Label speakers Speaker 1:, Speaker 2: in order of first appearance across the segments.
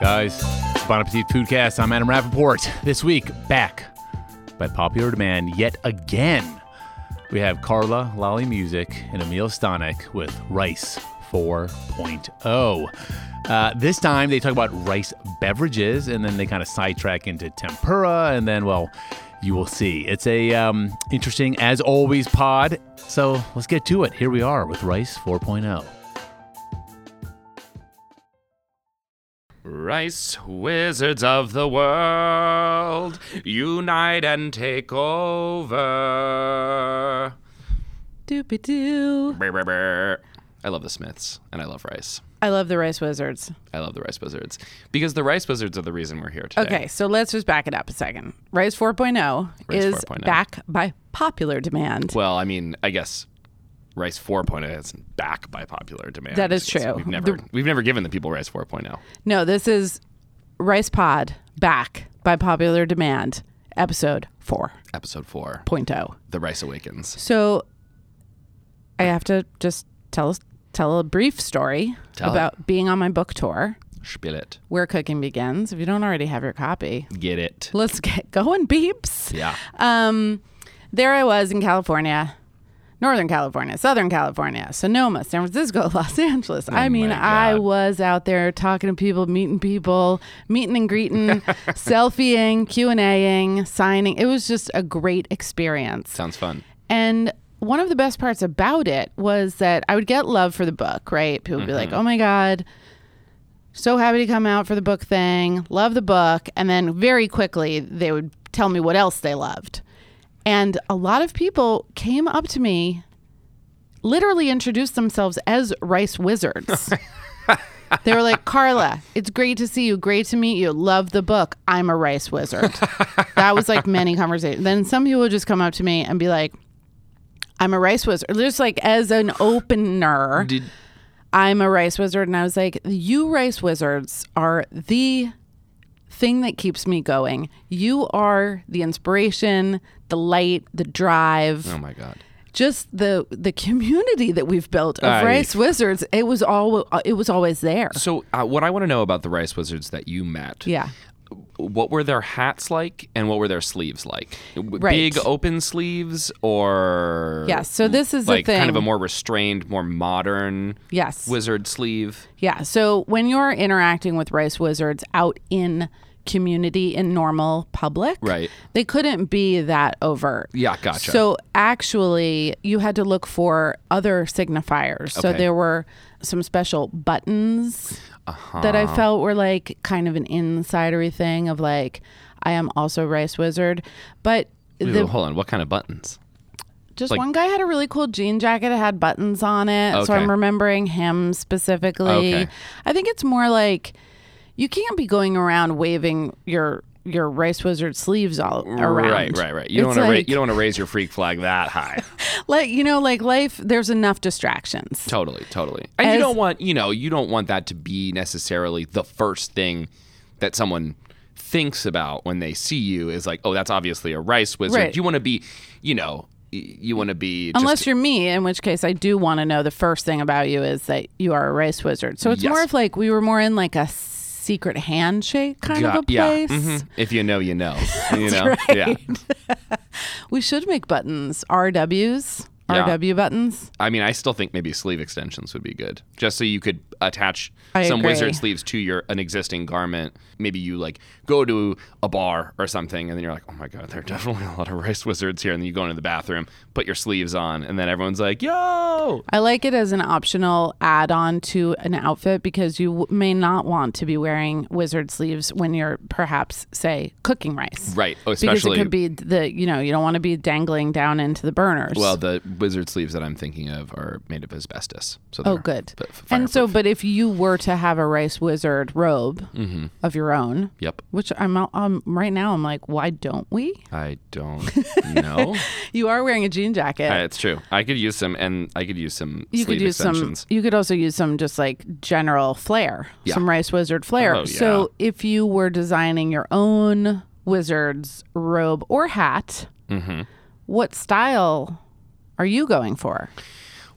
Speaker 1: Guys, Bon Appetit Foodcast. I'm Adam Rappaport. This week, back by popular demand yet again. We have Carla Lolly Music and Emil Stonick with Rice 4.0. Uh, this time they talk about rice beverages and then they kind of sidetrack into tempura and then, well, you will see. It's a um, interesting, as always, pod. So let's get to it. Here we are with Rice oh. 4.0.
Speaker 2: Rice wizards of the world, unite and take over.
Speaker 3: Doopy doo.
Speaker 2: Brr, brr, brr. I love the Smiths and I love Rice.
Speaker 3: I love the Rice Wizards.
Speaker 2: I love the Rice Wizards because the Rice Wizards are the reason we're here today.
Speaker 3: Okay, so let's just back it up a second. Rice 4.0
Speaker 2: Rice oh.
Speaker 3: is
Speaker 2: 4.0.
Speaker 3: back by popular demand.
Speaker 2: Well, I mean, I guess Rice 4.0 is back by popular demand.
Speaker 3: That is
Speaker 2: So
Speaker 3: true.
Speaker 2: we've never
Speaker 3: The-
Speaker 2: we've never given the people Rice oh. 4.0.
Speaker 3: No, this is Rice Pod back by popular demand, episode 4.0.
Speaker 2: Episode 4, The Rice Awakens.
Speaker 3: So I have to just tell tell a brief story
Speaker 2: Tell it.
Speaker 3: about being on my book tour,
Speaker 2: Spiel it.
Speaker 3: Where Cooking Begins. If you don't already have your copy,
Speaker 2: Get it.
Speaker 3: let's get going, beeps.
Speaker 2: Yeah.
Speaker 3: Um, there I was in California, Northern California, Southern California, Sonoma, San Francisco, Los Angeles. I mean,
Speaker 2: Oh my
Speaker 3: I
Speaker 2: God.
Speaker 3: was out there talking to people, meeting people, meeting and greeting, selfieing, Q and Aing, signing. It was just a great experience.
Speaker 2: Sounds fun.
Speaker 3: And one of the best parts about it was that I would get love for the book, right? People would be
Speaker 2: Mm-hmm.
Speaker 3: like, oh my God, so happy to come out for the book thing, love the book. And then very quickly, they would tell me what else they loved. And a lot of people came up to me, literally introduced themselves as rice wizards. they were like, Carla, it's great to see you. Great to meet you. Love the book. I'm a rice wizard. that was like many conversations. Then some people would just come up to me and be like, I'm a rice wizard. Just like as an opener,
Speaker 2: Did
Speaker 3: I'm a rice wizard. And I was like, you rice wizards are the thing that keeps me going. You are the inspiration, the light, the drive
Speaker 2: Oh my god.
Speaker 3: just the the community that we've built of
Speaker 2: Aye.
Speaker 3: rice wizards it was all it was always there
Speaker 2: So, uh, what I want to know about the Rice Wizards that you met
Speaker 3: yeah
Speaker 2: what were their hats like and what were their sleeves like? W-
Speaker 3: Right.
Speaker 2: Big open sleeves or
Speaker 3: yes so this is
Speaker 2: like
Speaker 3: the thing
Speaker 2: kind of a more restrained, more modern
Speaker 3: yes
Speaker 2: wizard sleeve.
Speaker 3: yeah so when you're interacting with rice wizards out in community in normal public
Speaker 2: Right.
Speaker 3: they couldn't be that overt
Speaker 2: Yeah, gotcha.
Speaker 3: So actually, you had to look for other signifiers. So
Speaker 2: Okay.
Speaker 3: there were some special buttons
Speaker 2: Uh-huh.
Speaker 3: that I felt were like kind of an insidery thing of like, I am also Rice Wizard. But
Speaker 2: Ooh,
Speaker 3: the,
Speaker 2: hold on, what kind of buttons?
Speaker 3: just
Speaker 2: like-
Speaker 3: one guy had a really cool jean jacket that had buttons on it. So
Speaker 2: Okay.
Speaker 3: I'm remembering him specifically.
Speaker 2: Okay.
Speaker 3: I think it's more like you can't be going around waving your your Rice Wizard sleeves all around.
Speaker 2: Right, right, right. You don't
Speaker 3: It's
Speaker 2: want to ra-
Speaker 3: like-
Speaker 2: you don't want to raise your freak flag that high.
Speaker 3: like you know like life there's enough distractions
Speaker 2: totally, totally. And you
Speaker 3: As-
Speaker 2: don't want, you know, you don't want that to be necessarily the first thing that someone thinks about when they see you is like, "Oh, that's obviously a rice wizard."
Speaker 3: Right.
Speaker 2: You want to be, you know, y- you want to be just
Speaker 3: unless you're me in which case i do want to know the first thing about you is that you are a rice wizard so it's
Speaker 2: Yes.
Speaker 3: more of like we were more in like a secret handshake kind of a
Speaker 2: Got- yeah,
Speaker 3: place
Speaker 2: mhm. If you know, you know. You know. Yeah.
Speaker 3: we should make buttons rws
Speaker 2: Yeah.
Speaker 3: rw buttons
Speaker 2: I mean, I still think maybe sleeve extensions would be good, just so you could attach
Speaker 3: I
Speaker 2: some
Speaker 3: agree.
Speaker 2: wizard sleeves to your an existing garment. Maybe you like go to a bar or something, and then you're like, oh my god, there are definitely a lot of rice wizards here. And then you go into the bathroom, put your sleeves on, and then everyone's like, yo.
Speaker 3: i like it as an optional add-on to an outfit because you w- may not want to be wearing wizard sleeves when you're perhaps say cooking rice
Speaker 2: Right. Oh,
Speaker 3: because it
Speaker 2: especially
Speaker 3: could be the you know you don't want to be dangling down into the burners
Speaker 2: well, the wizard sleeves that I'm thinking of are made of asbestos. So
Speaker 3: Oh,
Speaker 2: they're
Speaker 3: good.
Speaker 2: f- f-
Speaker 3: and so, but if you were to have a rice wizard robe of your own,
Speaker 2: Yep.
Speaker 3: which I'm um, right now, I'm like, why don't we?
Speaker 2: I don't know.
Speaker 3: You are wearing a jean jacket.
Speaker 2: Uh, it's true. I could use some, and I could use some
Speaker 3: you
Speaker 2: sleeve
Speaker 3: could use
Speaker 2: extensions.
Speaker 3: some. You could also use some just like general flair,
Speaker 2: Yeah.
Speaker 3: some rice wizard flair.
Speaker 2: Oh, yeah.
Speaker 3: So if you were designing your own wizard's robe
Speaker 2: Mm-hmm.
Speaker 3: or hat, what style are you going for?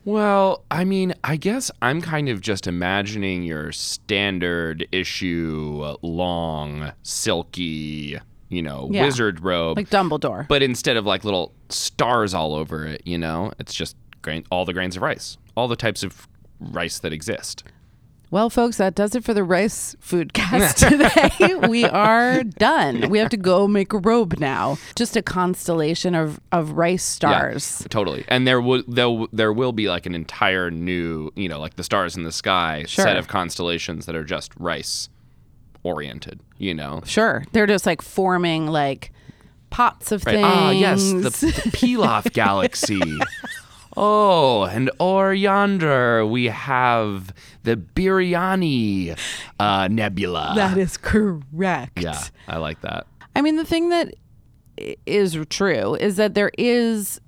Speaker 2: Well, I mean, I guess I'm kind of just imagining your standard issue, uh, long, silky, you know,
Speaker 3: Yeah.
Speaker 2: wizard robe.
Speaker 3: Like Dumbledore.
Speaker 2: but instead of like little stars all over it, you know, it's just grain, all the grains of rice, all the types of rice that exist.
Speaker 3: Well, folks, that does it for the rice food cast today. we are done. We have to go make a robe now. Just a constellation of, of rice stars.
Speaker 2: Yeah, totally. And there will there, w- there will be like an entire new, you know, like the stars in the sky
Speaker 3: Sure.
Speaker 2: set of constellations that are just rice oriented, you know.
Speaker 3: Sure. They're just like forming like pots of things.
Speaker 2: Ah, yes, the, the Pilaf galaxy. Oh, and o'er yonder we have the Biryani uh, Nebula.
Speaker 3: that is correct.
Speaker 2: yeah, I like that.
Speaker 3: I mean, the thing that i- is true is that there is,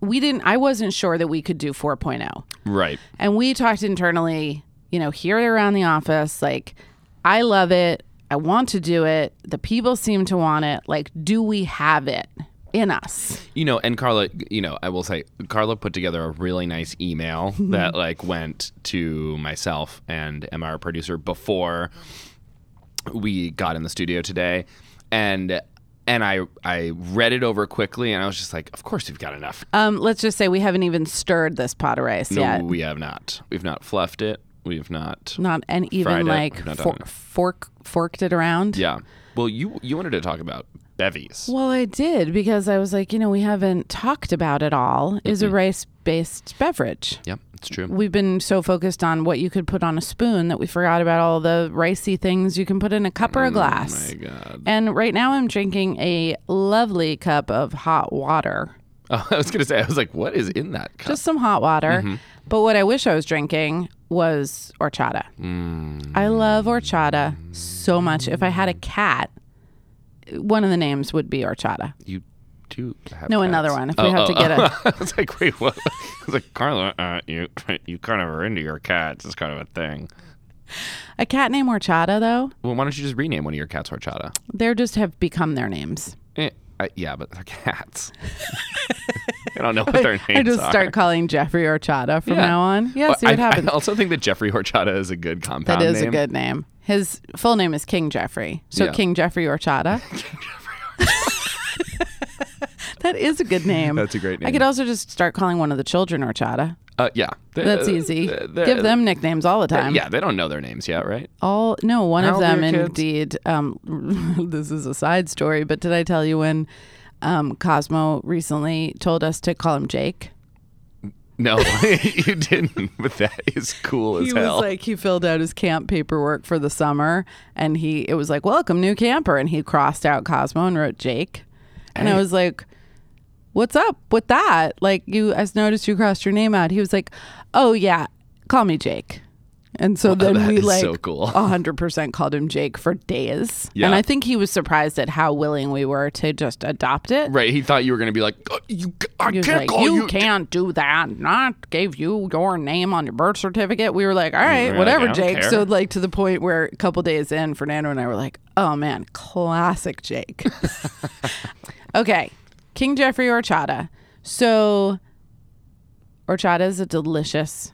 Speaker 3: we didn't, I wasn't sure that we could do 4.0.
Speaker 2: Right.
Speaker 3: And we talked internally, you know, here around the office, like, I love it. I want to do it. The people seem to want it. Like, do we have it in us?
Speaker 2: You know, and Carla, you know, I will say, Carla put together a really nice email that like went to myself and Emma, our producer, before we got in the studio today, and and I I read it over quickly, and I was just like, of course we've got enough.
Speaker 3: Um, let's just say we haven't even stirred this pot of rice
Speaker 2: No,
Speaker 3: yet.
Speaker 2: we have not. We've not fluffed it. We've not.
Speaker 3: Not and
Speaker 2: Fried
Speaker 3: even
Speaker 2: it.
Speaker 3: like
Speaker 2: We've not done
Speaker 3: fork,
Speaker 2: it.
Speaker 3: fork forked it around.
Speaker 2: Yeah. Well, you you wanted to talk about bevies.
Speaker 3: Well, I did because I was like, you know, we haven't talked about it all. Is a
Speaker 2: Mm-hmm.
Speaker 3: rice based beverage.
Speaker 2: Yep, it's true.
Speaker 3: We've been so focused on what you could put on a spoon that we forgot about all the ricey things you can put in a cup or a glass.
Speaker 2: Mm, My God.
Speaker 3: And right now I'm drinking a lovely cup of hot water.
Speaker 2: Oh, I was gonna say, I was like, what is in that cup?
Speaker 3: Just some hot water.
Speaker 2: Mm-hmm.
Speaker 3: But what I wish I was drinking was horchata.
Speaker 2: Mm.
Speaker 3: I love horchata so much. If I had a cat, one of the names would be horchata.
Speaker 2: you do have
Speaker 3: No,
Speaker 2: cats. Uh,
Speaker 3: another one. If we have to get a
Speaker 2: I was like, wait, what? I was like, Carla, uh, you you kind of are into your cats. It's kind of a thing.
Speaker 3: a cat named horchata though,
Speaker 2: Well, why don't you just rename one of your cats horchata?
Speaker 3: they're just have become their names.
Speaker 2: Eh, I, yeah, but they're cats. I don't know what their names
Speaker 3: I just
Speaker 2: are.
Speaker 3: start calling Jeffrey horchata from
Speaker 2: Yeah.
Speaker 3: now on. Yeah,
Speaker 2: Well,
Speaker 3: see what
Speaker 2: I,
Speaker 3: happens.
Speaker 2: I also think that Jeffrey horchata is a good compound.
Speaker 3: That is
Speaker 2: name.
Speaker 3: a good name. His full name is King Jeffrey. So
Speaker 2: Yeah.
Speaker 3: King Jeffrey Orchada. that is a good name.
Speaker 2: That's a great
Speaker 3: I
Speaker 2: name.
Speaker 3: could also just start calling one of the children Orchada.
Speaker 2: Uh, yeah, They-
Speaker 3: That's
Speaker 2: uh,
Speaker 3: easy.
Speaker 2: uh, they're- uh,
Speaker 3: Give them nicknames all the time.
Speaker 2: Yeah, they don't know their names yet, right?
Speaker 3: All no, one
Speaker 2: How
Speaker 3: of
Speaker 2: old are
Speaker 3: them
Speaker 2: your kids?
Speaker 3: indeed. Um, this is a side story, but did I tell you when um, Cosmo recently told us to call him Jake?
Speaker 2: No, you didn't. But that is cool as
Speaker 3: he
Speaker 2: hell.
Speaker 3: was like he filled out his camp paperwork for the summer and he it was like welcome new camper and he crossed out cosmo and wrote jake and i was like what's up with that like you i noticed you crossed your name out he was like oh yeah call me jake and so then
Speaker 2: that
Speaker 3: we
Speaker 2: is
Speaker 3: like
Speaker 2: so cool.
Speaker 3: 100% called him jake for days
Speaker 2: Yeah.
Speaker 3: and i think he was surprised at how willing we were to just adopt it
Speaker 2: right, he thought you were going to be like, "Oh, you, I
Speaker 3: he was
Speaker 2: can't
Speaker 3: like,
Speaker 2: call
Speaker 3: you,
Speaker 2: you.
Speaker 3: can't do that. And I gave you your name on your birth certificate. We were like, all right,
Speaker 2: like,
Speaker 3: whatever,
Speaker 2: "I don't
Speaker 3: Jake.
Speaker 2: care."
Speaker 3: So like to the point where a couple days in, Fernando and I were like, oh man, classic Jake. okay, King Jeffrey Orchada. So Orchada is a delicious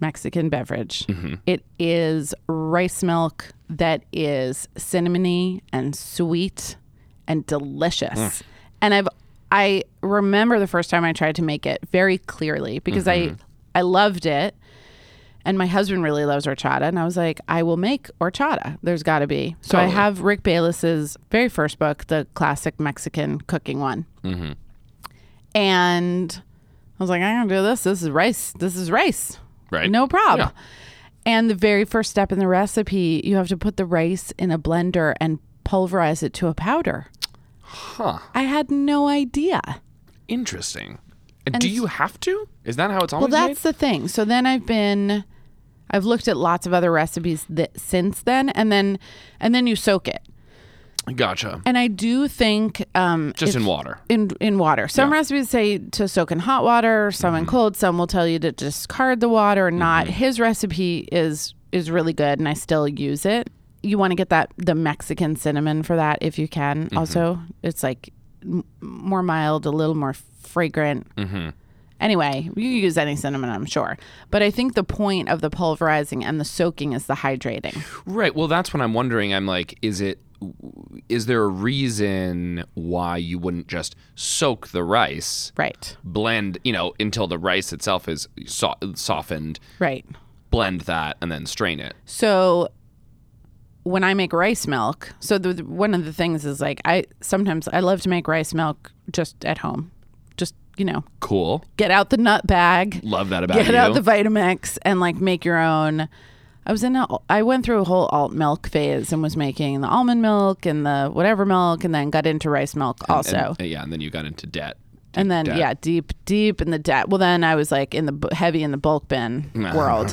Speaker 3: Mexican beverage. It is rice milk that is cinnamony and sweet and delicious. And I've I remember the first time I tried to make it very clearly because I I loved it and my husband really loves horchata and i was like i will make horchata there's got to be so i
Speaker 2: Totally.
Speaker 3: have rick bayless's very first book the classic mexican cooking one and i was like i'm gonna do this this is rice this is rice
Speaker 2: Right.
Speaker 3: no problem
Speaker 2: Yeah.
Speaker 3: and the very first step in the recipe you have to put the rice in a blender and pulverize it to a powder
Speaker 2: Huh.
Speaker 3: i had no idea
Speaker 2: Interesting. And, do you have to? Is that how it's
Speaker 3: Well,
Speaker 2: always
Speaker 3: that's the thing. So then I've been, I've looked at lots of other recipes that since then, and then, and then you soak it.
Speaker 2: made? Gotcha.
Speaker 3: And I do think um,
Speaker 2: Just
Speaker 3: if-
Speaker 2: in water.
Speaker 3: in in water. Some recipes say to soak in hot water, some in cold. Some will tell you to discard the water or not. His recipe is is really good, and I still use it. You want to get that the Mexican cinnamon for that if you can. Also, it's like m- more mild, a little more fragrant, Anyway, you can use any cinnamon, I'm sure. But I think the point of the pulverizing and the soaking is the hydrating.
Speaker 2: Right. Well, that's what I'm wondering. I'm like, is it, is there a reason why you wouldn't just soak the rice,
Speaker 3: Right.
Speaker 2: blend, you know, until the rice itself is so- softened,
Speaker 3: Right.
Speaker 2: blend that, and then strain it?
Speaker 3: So when I make rice milk, so the, one of the things is like I sometimes I love to make rice milk just at home. Just, you know,
Speaker 2: Cool.
Speaker 3: get out the nut bag.
Speaker 2: Love that about
Speaker 3: get
Speaker 2: you.
Speaker 3: out the Vitamix and like make your own. I was in a, I went through a whole alt milk phase and was making the almond milk and the whatever milk and then got into rice milk also.
Speaker 2: And- uh, yeah, and then you got into debt.
Speaker 3: and then
Speaker 2: debt.
Speaker 3: yeah, deep deep in the debt. Well, then I was like in the bu- heavy in the bulk bin world.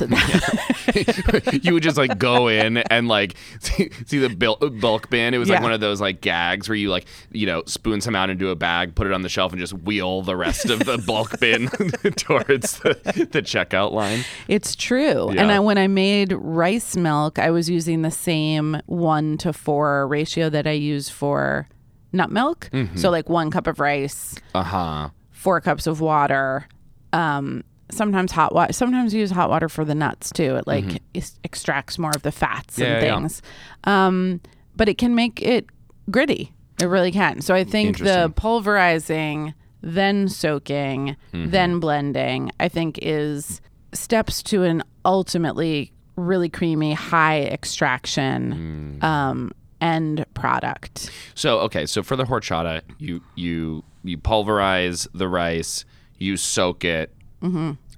Speaker 2: you would just like go in and like see, see the bil- bulk bin. It was like
Speaker 3: Yeah.
Speaker 2: one of those like gags where you like you know spoon some out into a bag, put it on the shelf, and just wheel the rest of the bulk bin towards the, the checkout line.
Speaker 3: It's true.
Speaker 2: Yeah.
Speaker 3: And I, when I made rice milk, I was using the same one to four ratio that I use for nut milk. So, like one cup of rice,
Speaker 2: Uh huh.
Speaker 3: four cups of water. Um, sometimes hot water. Sometimes you use hot water for the nuts too. It like es- extracts more of the fats
Speaker 2: Mm-hmm. Yeah,
Speaker 3: and
Speaker 2: yeah, yeah.
Speaker 3: things. Um, but it can make it gritty. It really can. So I think the
Speaker 2: Interesting.
Speaker 3: pulverizing, then soaking,
Speaker 2: Mm-hmm.
Speaker 3: then blending, I think is steps to an ultimately really creamy, high
Speaker 2: Mm.
Speaker 3: extraction um, end product.
Speaker 2: So okay, so for the horchata, you you you pulverize the rice, you soak it,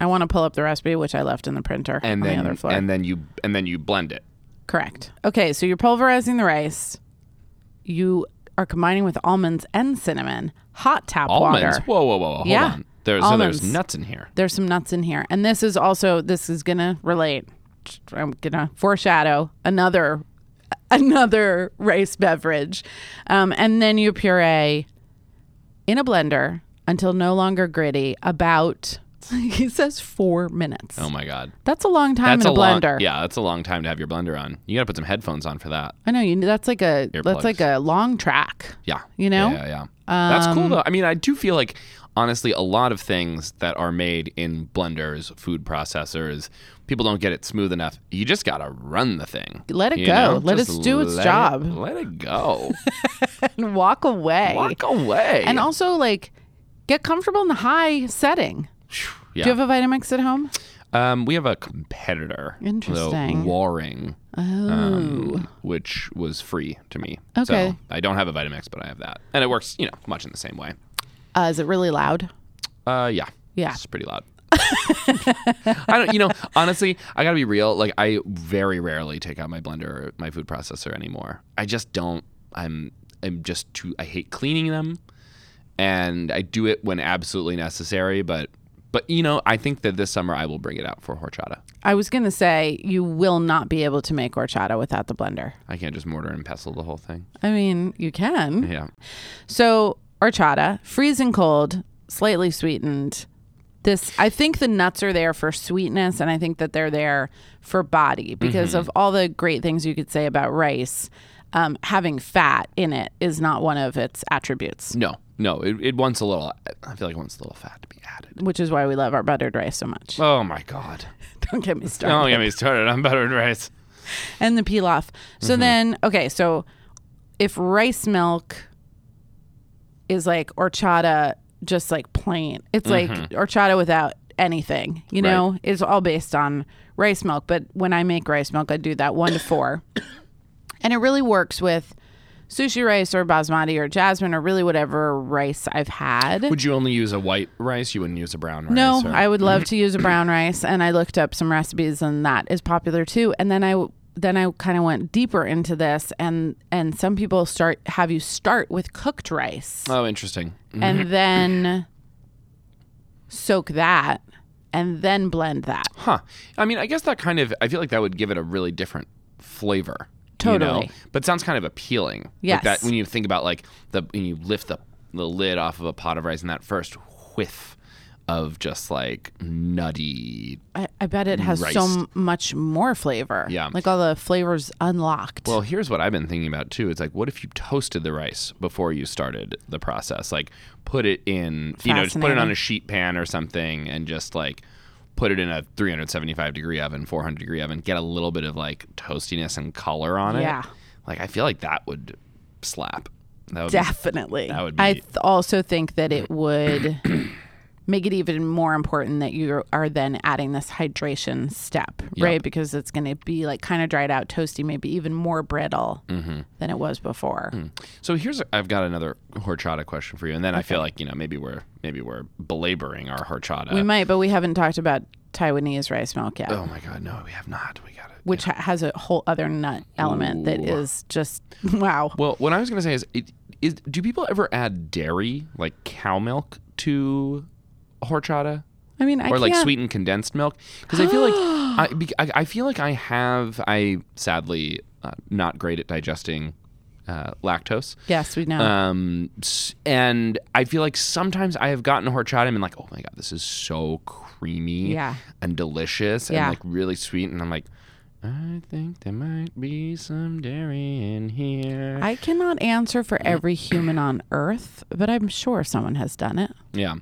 Speaker 3: I want to pull up the recipe, which I left in the printer
Speaker 2: and
Speaker 3: on
Speaker 2: then
Speaker 3: the other floor.
Speaker 2: and then you and then you blend it.
Speaker 3: Correct. Okay, so you're pulverizing the rice. You are combining with almonds and cinnamon, hot tap
Speaker 2: Almonds.
Speaker 3: water.
Speaker 2: Whoa, whoa, whoa! Hold
Speaker 3: Yeah.
Speaker 2: on. There's
Speaker 3: Almonds.
Speaker 2: so there's nuts in here.
Speaker 3: There's some nuts in here. And this is also this is going to relate I'm going to foreshadow another another rice beverage. Um, and then you puree in a blender until no longer gritty about he says 4 minutes.
Speaker 2: Oh my god.
Speaker 3: That's a long time
Speaker 2: That's
Speaker 3: in a,
Speaker 2: a long-
Speaker 3: blender.
Speaker 2: yeah, that's a long time to have your blender on. You gotta put some headphones on for that.
Speaker 3: I know you that's like a
Speaker 2: Earplugs.
Speaker 3: that's like a long track.
Speaker 2: Yeah,
Speaker 3: You know? Um,
Speaker 2: Yeah, yeah. yeah. that's cool though. I mean, I do feel like honestly, a lot of things that are made in blenders, food processors, people don't get it smooth enough. You just gotta run the thing.
Speaker 3: Let it
Speaker 2: you
Speaker 3: go. Let
Speaker 2: Just
Speaker 3: it do its
Speaker 2: let it-
Speaker 3: job.
Speaker 2: let it go.
Speaker 3: and walk away.
Speaker 2: Walk away.
Speaker 3: And also, like, get comfortable in the high setting.
Speaker 2: yeah.
Speaker 3: Do you have a Vitamix at home?
Speaker 2: um, we have a competitor. though,
Speaker 3: Interesting. Oh.
Speaker 2: Waring. Um, which was free to me.
Speaker 3: Okay.
Speaker 2: So I don't have a Vitamix, but I have that. And it works, you know, much in the same way.
Speaker 3: Uh, is it really loud?
Speaker 2: Uh, yeah.
Speaker 3: Yeah.
Speaker 2: It's pretty loud. I don't, you know, honestly, I gotta be real. Like, I very rarely take out my blender or my food processor anymore. I just don't. I'm, I'm just too. I hate cleaning them, and I do it when absolutely necessary. But, but you know, I think that this summer I will bring it out for horchata.
Speaker 3: I was going to say you will not be able to make horchata without the blender.
Speaker 2: I can't just mortar and pestle the whole thing.
Speaker 3: I mean, you can.
Speaker 2: Yeah.
Speaker 3: So, horchata, freezing cold, slightly sweetened. This, I think the nuts are there for sweetness, and I think that they're there for body because of all the great things you could say about rice. Um, having fat in it is not one of its attributes.
Speaker 2: No, no. It, it wants a little. I feel like it wants a little fat to be added.
Speaker 3: which is why we love our buttered rice so much.
Speaker 2: Oh my god.
Speaker 3: Don't get me started.
Speaker 2: Don't get me started on buttered rice.
Speaker 3: And the pilaf. So
Speaker 2: Mm-hmm.
Speaker 3: then, okay, so if rice milk is like horchata, just like plain, it's like horchata without anything, you
Speaker 2: Mm-hmm. Right.
Speaker 3: know? It's all based on rice milk. But when I make rice milk, I do that one to four. and it really works with sushi rice or basmati or jasmine or really whatever rice I've had.
Speaker 2: Would you only use a white rice? You wouldn't use a brown rice?
Speaker 3: No,
Speaker 2: or- Mm-hmm.
Speaker 3: I would love to use a brown rice, and I looked up some recipes, and that is popular too. And then I w- then I kind of went deeper into this, and and some people start have you start with cooked rice,
Speaker 2: Oh, interesting. Mm-hmm.
Speaker 3: and then soak that, and then blend that.
Speaker 2: Huh. I mean, I guess that kind of, I feel like that would give it a really different flavor. you know?
Speaker 3: Totally.
Speaker 2: But it sounds kind of appealing. Like
Speaker 3: Yes.
Speaker 2: that, when you think about like the, when you lift the, the lid off of a pot of rice and that first whiff of just like nutty.
Speaker 3: I, I bet it has so
Speaker 2: Rice.
Speaker 3: m- much more flavor.
Speaker 2: Yeah.
Speaker 3: Like all the flavors unlocked.
Speaker 2: Well, here's what I've been thinking about too. It's like, what if you toasted the rice before you started the process? Like, put it in, you know, just put it on
Speaker 3: Fascinating.
Speaker 2: a sheet pan or something and just like put it in a 375 degree oven, 400 degree oven, get a little bit of like toastiness and color on it.
Speaker 3: Yeah.
Speaker 2: Like, I feel like that would slap. That would be
Speaker 3: Definitely.
Speaker 2: That would
Speaker 3: I
Speaker 2: be-
Speaker 3: th- also think that it would make it even more important that you are then adding this hydration step, right? Because it's going to be like kind of dried out, toasty, maybe even more brittle
Speaker 2: Mm-hmm.
Speaker 3: than it was before.
Speaker 2: So here's I've got another horchata question for you, and then I feel like you know maybe we're maybe we're belaboring our horchata.
Speaker 3: We might, but we haven't talked about Taiwanese rice milk yet,
Speaker 2: oh my god, no, we have not. We got it.
Speaker 3: which ha- has a whole other nut element that
Speaker 2: Ooh.
Speaker 3: is just wow.
Speaker 2: Well, what I was gonna say is, it, is do people ever add dairy like cow milk to horchata?
Speaker 3: I mean, I
Speaker 2: or like
Speaker 3: can't-
Speaker 2: sweetened condensed milk because I feel like I, bec- I I feel like I have I sadly uh, not great at digesting uh, lactose.
Speaker 3: Yes, we know.
Speaker 2: Um, s- and I feel like sometimes I have gotten horchata and been like, oh my god, this is so creamy
Speaker 3: Yeah.
Speaker 2: and delicious
Speaker 3: Yeah.
Speaker 2: and like really sweet, and I'm like. I think there might be some dairy in here.
Speaker 3: I cannot answer
Speaker 2: mm.
Speaker 3: for every human on Earth, but I'm sure someone has done it.
Speaker 2: yeah.